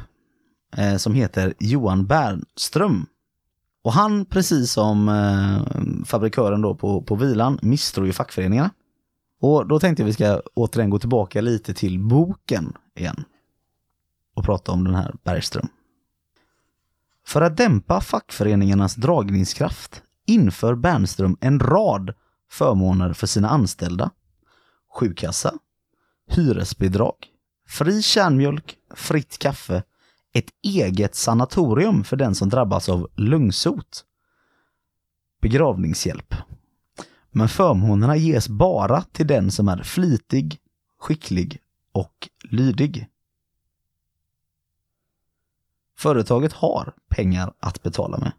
S1: eh, som heter Johan Bernström. Och han, precis som eh, fabrikören då på, på vilan, misstror ju fackföreningarna. Och då tänkte jag vi ska återigen gå tillbaka lite till boken igen och prata om den här Bergström. För att dämpa fackföreningarnas dragningskraft inför Bernström en rad förmåner för sina anställda sjukkassa, hyresbidrag, fri kärnmjölk, fritt kaffe, ett eget sanatorium för den som drabbas av lungsot, begravningshjälp. Men förmånerna ges bara till den som är flitig, skicklig och lydig. Företaget har pengar att betala med.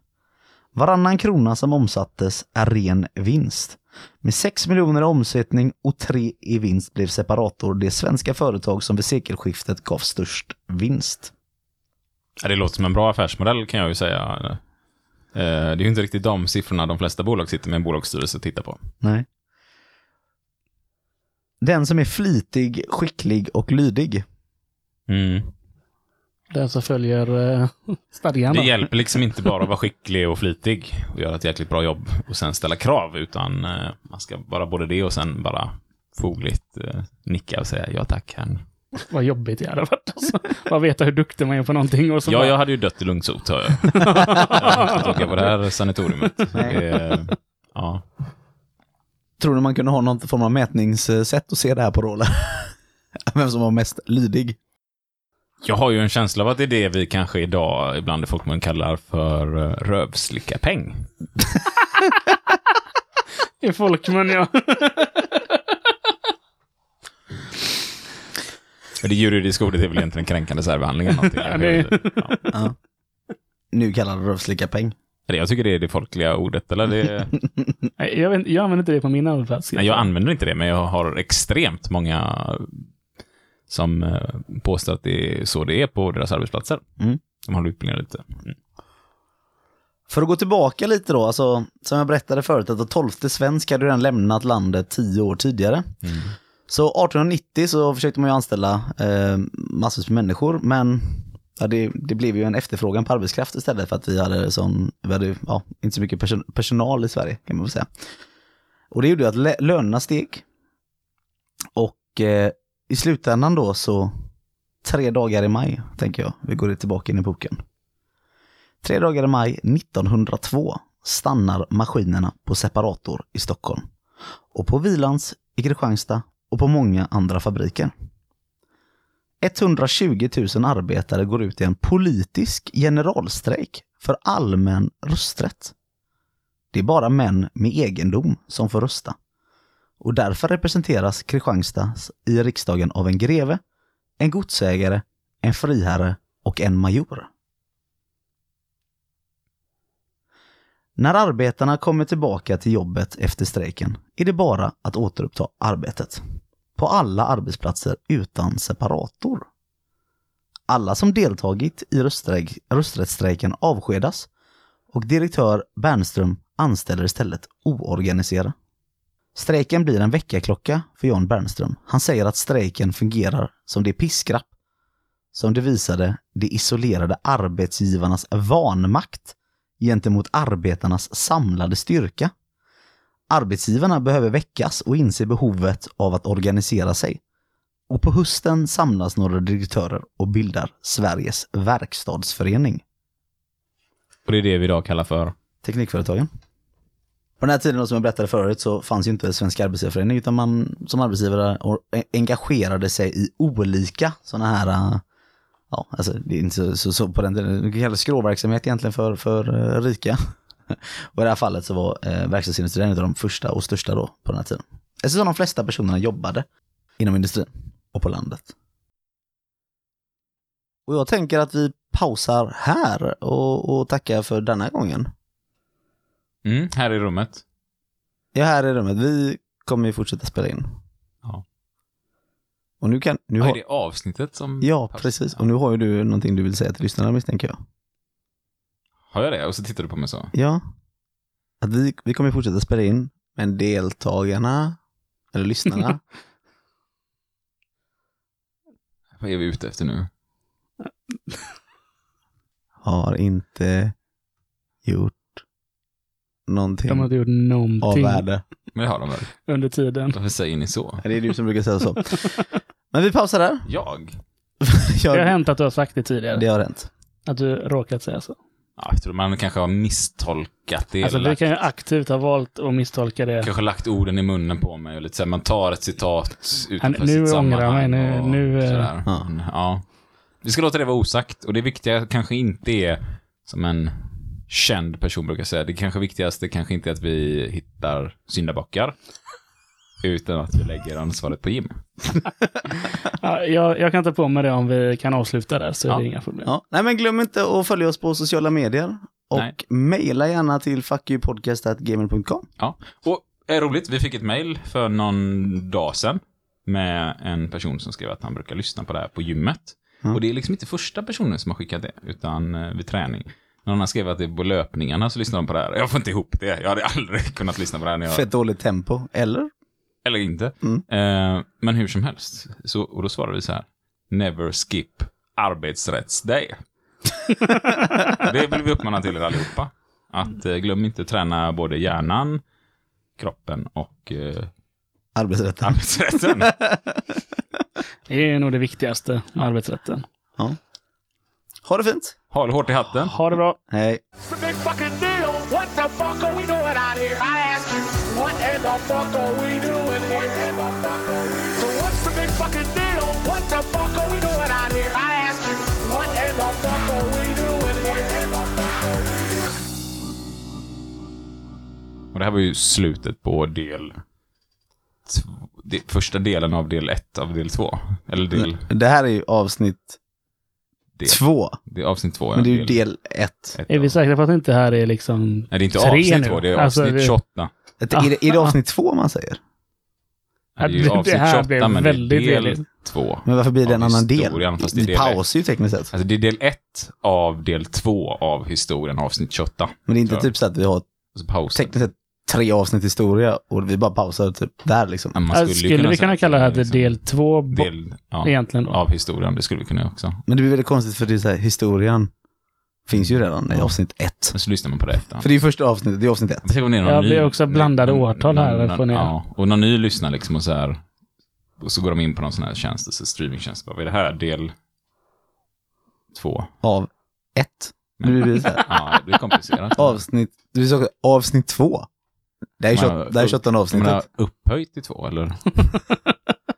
S1: Varannan krona som omsattes är ren vinst. Med 6 miljoner i omsättning och 3 i vinst blev Separator det svenska företag som vid sekelskiftet gav störst vinst.
S2: Ja, det låter som en bra affärsmodell kan jag ju säga. Eh, Det är ju inte riktigt de siffrorna de flesta bolag sitter med en bolagsstyrelse och tittar på.
S1: Nej.
S6: Mm.
S1: Den som är flitig, skicklig och lydig.
S3: Den som följer eh, (laughs) stadgan.
S2: Det
S3: då.
S2: hjälper liksom inte bara att vara skicklig och flitig och göra ett jäkligt bra jobb och sen ställa krav, utan eh, man ska vara både det och sen bara fogligt eh, nicka och säga ja tack. Herrn.
S3: Vad jobbigt det hade varit. Alltså. Bara veta hur duktig man är på någonting. Och så
S2: Ja,
S3: bara,
S2: jag hade ju dött i lungsot, hör jag. jag hade inte fått åka på det här sanatoriet. Det, eh, ja.
S1: Tror du man kunde ha någon form av mätningssätt att se det här på Roller? (laughs) Vem som var mest lydig?
S2: Jag har ju en känsla av att det är det vi kanske idag ibland i folkmun kallar för eh, rövslickarpeng.
S3: I folkmun, ja.
S2: Men Det juridiska ordet är väl egentligen kränkande särbehandling eller någonting.
S3: det
S2: Jag,
S3: är-
S2: vet inte. ja.
S1: Nu kallad rövslickarpeng.
S2: Eller jag tycker det är det folkliga ordet, eller? Det...
S3: Nej, jag, vet, jag använder inte det på min arbetsplats.
S2: Nej, jag använder inte det, men jag har extremt många som eh, påstår att det är så det är på deras arbetsplatser.
S1: Mm.
S2: De håller utbildningar lite.
S1: För att gå tillbaka lite då, alltså, som jag berättade förut, att var tolfte svensk hade redan lämnat landet tio år tidigare. Så 1890 så försökte man ju anställa eh, massvis med människor, men ja, det, det blev ju en efterfrågan på arbetskraft istället för att vi hade, sån, vi hade ja, inte så mycket person, personal i Sverige, kan man väl säga. Och det gjorde ju att lä- lönerna steg. Och eh, i slutändan då så, tre dagar i maj, tänker jag, vi går tillbaka in i boken. Tre dagar i maj 1902 stannar maskinerna på Separator i Stockholm. Och på Vilans i Kristianstad och på många andra fabriker. 120 000 arbetare går ut i en politisk generalstrejk för allmän rösträtt. Det är bara män med egendom som får rösta. Och därför representeras Kristianstad i riksdagen av en greve, en godsägare, en friherre och en major. När arbetarna kommer tillbaka till jobbet efter strejken är det bara att återuppta arbetet. På alla arbetsplatser utan separator. Alla som deltagit i röststrejk- rösträttsstrejken avskedas och direktör Bernström anställer istället oorganisera. Strejken blir en väckarklocka för John Bernström. Han säger att strejken fungerar som det piskrapp som det visade de isolerade arbetsgivarnas vanmakt gentemot arbetarnas samlade styrka. Arbetsgivarna behöver väckas och inse behovet av att organisera sig. Och på hösten samlas några direktörer och bildar Sveriges verkstadsförening,
S2: Och det är det vi idag kallar för
S1: Teknikföretagen. På den här tiden då, som jag berättade förut så fanns ju inte Svenska Arbetsgivareförening utan man som arbetsgivare or- e- engagerade sig i olika sådana här, äh, ja alltså det är inte så, så, så på den tiden, det kallades skråverksamhet egentligen för, för eh, rika. (laughs) Och i det här fallet så var eh, verkstadsindustrin en av de första och största då på den här tiden. Eftersom de flesta personerna jobbade inom industrin och på landet. Och jag tänker att vi pausar här och, och tackar för denna gången.
S2: mm, här i rummet.
S1: Jag är här i rummet. Vi kommer ju fortsätta spela in.
S2: Ja.
S1: Och nu kan... Nu
S2: Ja, är
S1: har,
S2: det avsnittet som...
S1: ja, precis. Och nu har ju du någonting du vill säga till lyssnarna misstänker jag.
S2: Har jag det? Och så tittar du på mig så.
S1: Ja. Att vi, vi kommer fortsätta spela in, men deltagarna, eller
S3: (laughs)
S1: lyssnarna,
S2: Vad är vi ute efter nu?
S1: har inte gjort någonting
S3: De har inte
S1: av
S3: gjort någonting
S1: värde.
S2: Men det har de väl?
S3: under tiden.
S2: Varför säger ni så?
S1: Det är du som brukar säga
S3: (laughs)
S1: så. Men vi pausar där.
S2: Jag?
S1: Jag,
S3: Det har hänt att du har sagt det tidigare.
S1: Det har hänt.
S3: Att du råkat säga så.
S2: Ja, jag tror man kanske har misstolkat det. eller
S3: Alltså, vi
S2: lagt,
S3: kan ju aktivt ha valt att misstolka det.
S2: Kanske lagt orden i munnen på mig. Och lite så här, man tar ett citat utanför
S3: nu
S2: sitt
S3: ångrar jag mig,
S2: sammanhang.
S3: nu-
S2: och
S3: nu, eh,
S2: sådär.
S1: ja.
S2: Men, ja. Vi ska låta det vara osagt. Och det viktiga kanske inte är, som en känd person brukar säga, det kanske viktigaste kanske inte är att vi hittar syndabockar. Utan att vi lägger ansvaret på Jim.
S3: Ja, jag, jag kan ta på mig det om vi kan avsluta där, så
S2: Ja.
S3: är det inga problem.
S1: Ja. Nej men glöm inte att följa oss på sociala medier.
S2: Nej.
S1: Och mejla gärna till fuckyoupodcast.gmail.com.
S2: Ja, och är roligt, vi fick ett mejl för någon dag sedan med en person som skrev att han brukar lyssna på det här på gymmet.
S1: Mm.
S2: Och det är liksom inte första personen som har skickat det, utan eh, vid träning. När han skrev att det är på löpningarna så lyssnar de på det här. Jag får inte ihop det. Jag hade aldrig (laughs) kunnat lyssna på det här när jag...
S1: Fett dåligt tempo, eller?
S2: Eller inte.
S1: Mm.
S2: Eh, men hur som helst. Så, och då svarade vi så här. Never skip arbetsrättsdag.
S1: (laughs)
S2: det vill vi uppmana till er allihopa. Att eh, glöm inte träna både hjärnan, kroppen och eh,
S1: Arbetsrätten.
S2: arbetsrätten.
S3: Det är nog det viktigaste med arbetsrätten.
S1: Ha det fint.
S2: Håll hårt i hatten.
S3: Ha det bra.
S1: Hej.
S4: What's the big fucking deal? What the fuck are we doing out here? I ask you, what in the fuck are we doing here? So what's the big fucking deal? What the fuck are we doing out here? I ask you, what in the fuck are we doing here?
S2: Och det här var ju slutet på del... tv- de, första delen av del ett av del två. Eller del...
S1: Det här är ju avsnitt
S2: del
S1: två.
S2: det är avsnitt två.
S1: Men det är
S2: ja,
S1: ju del ett.
S2: ett
S3: Är
S2: av-
S3: vi säkra på att det inte här är liksom...
S2: Nej, det är inte
S3: tre
S2: avsnitt
S3: nu?
S2: två. Det är
S3: Alltså,
S2: avsnitt
S3: det-
S2: 28.
S1: Är det, är
S2: (laughs)
S1: det avsnitt två man säger?
S2: Det är
S3: Ja,
S2: ju
S3: det-
S2: avsnitt
S3: det här
S2: 28,
S3: blev
S2: men det
S3: väldigt
S2: är del
S3: deligt.
S2: två.
S1: Men varför blir det en
S2: Av
S1: annan del?
S2: historien, fast det är
S1: Vi
S2: del ett.
S1: pausar ju tekniskt sett.
S2: Alltså det är del ett av del två av historien, avsnitt 28.
S1: Men det är inte
S2: Ja.
S1: typ så att vi har
S2: Alltså pausen.
S1: tekniskt sett tre avsnitt historia och vi bara pausar typ där liksom.
S2: Ja, man
S3: Skulle,
S2: ju
S3: Alltså, skulle
S2: säga
S3: vi kunna
S2: att
S3: kalla det
S2: är
S3: här för
S2: liksom
S3: del två? bo-
S2: del ja,
S3: Egentligen då.
S2: av historien, det skulle vi kunna också.
S1: Men det blir väldigt konstigt för det är så här, historien finns ju redan i avsnitt ett.
S2: Men så lyssnar man på det efter.
S1: För det är ju första avsnittet, det är avsnitt ett.
S2: Tänk om det är någon
S3: Ja,
S2: ny-
S3: vi har också blandade årtal här,
S2: någon-
S3: får ni-
S2: ja, och någon ny lyssnar liksom och så här. Och så går de in på någon sån här tjänst, så streamingtjänst. Vad är det här? Del två.
S1: Av ett. Nu blir det så
S2: (laughs)
S1: här.
S2: Ja, det blir komplicerat.
S1: Avsnitt, du sa också avsnitt två. Det här är
S2: Men,
S1: tjott- det här är
S2: upp-
S1: tjottonde
S2: Om man har
S1: avsnittet.
S2: upphöjt till två,
S1: (laughs)
S2: eller?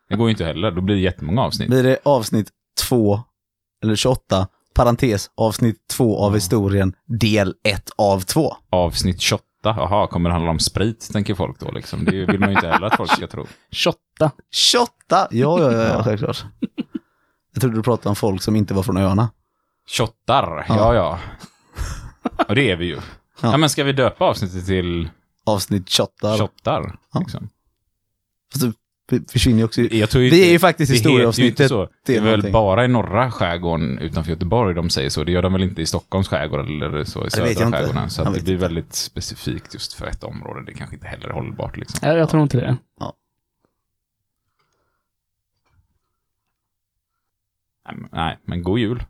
S2: Det går ju inte heller. Då blir det jättemånga avsnitt.
S1: Blir det avsnitt två, eller 28, parentes, avsnitt två av historien, del ett av två.
S2: Avsnitt 28. Jaha, kommer det handla om sprit, tänker folk då. Liksom. Det vill man ju inte heller att folk ska tro.
S3: 28.
S1: 28! Ja, ja, ja, ja självklart. Jag trodde du pratade om folk som inte var från öarna.
S2: Tjottar, ja ja. Och det är vi ju. Ja. men ska vi döpa avsnittet till
S1: Avsnitt 28.
S2: tjottar?
S1: Ja.
S2: Liksom?
S1: Fast det f- försvinner ju också.
S2: Jag tror ju
S1: Vi
S2: inte-
S1: är ju faktiskt
S2: det heter ju inte
S1: historieavsnittet.
S2: så.
S1: Det
S2: Det
S1: är
S2: är väl
S1: någonting.
S2: bara i norra skärgården utanför Göteborg de säger så. Det gör de väl inte i Stockholms skärgård eller så i
S1: vet jag
S2: södra
S1: inte.
S2: skärgården. Så
S1: Jag
S2: att det
S1: vet
S2: blir väldigt specifikt just för ett område. Det kanske inte heller är hållbart. Liksom.
S3: Nej, jag tror inte det.
S2: Nej, men- Nej, men god jul.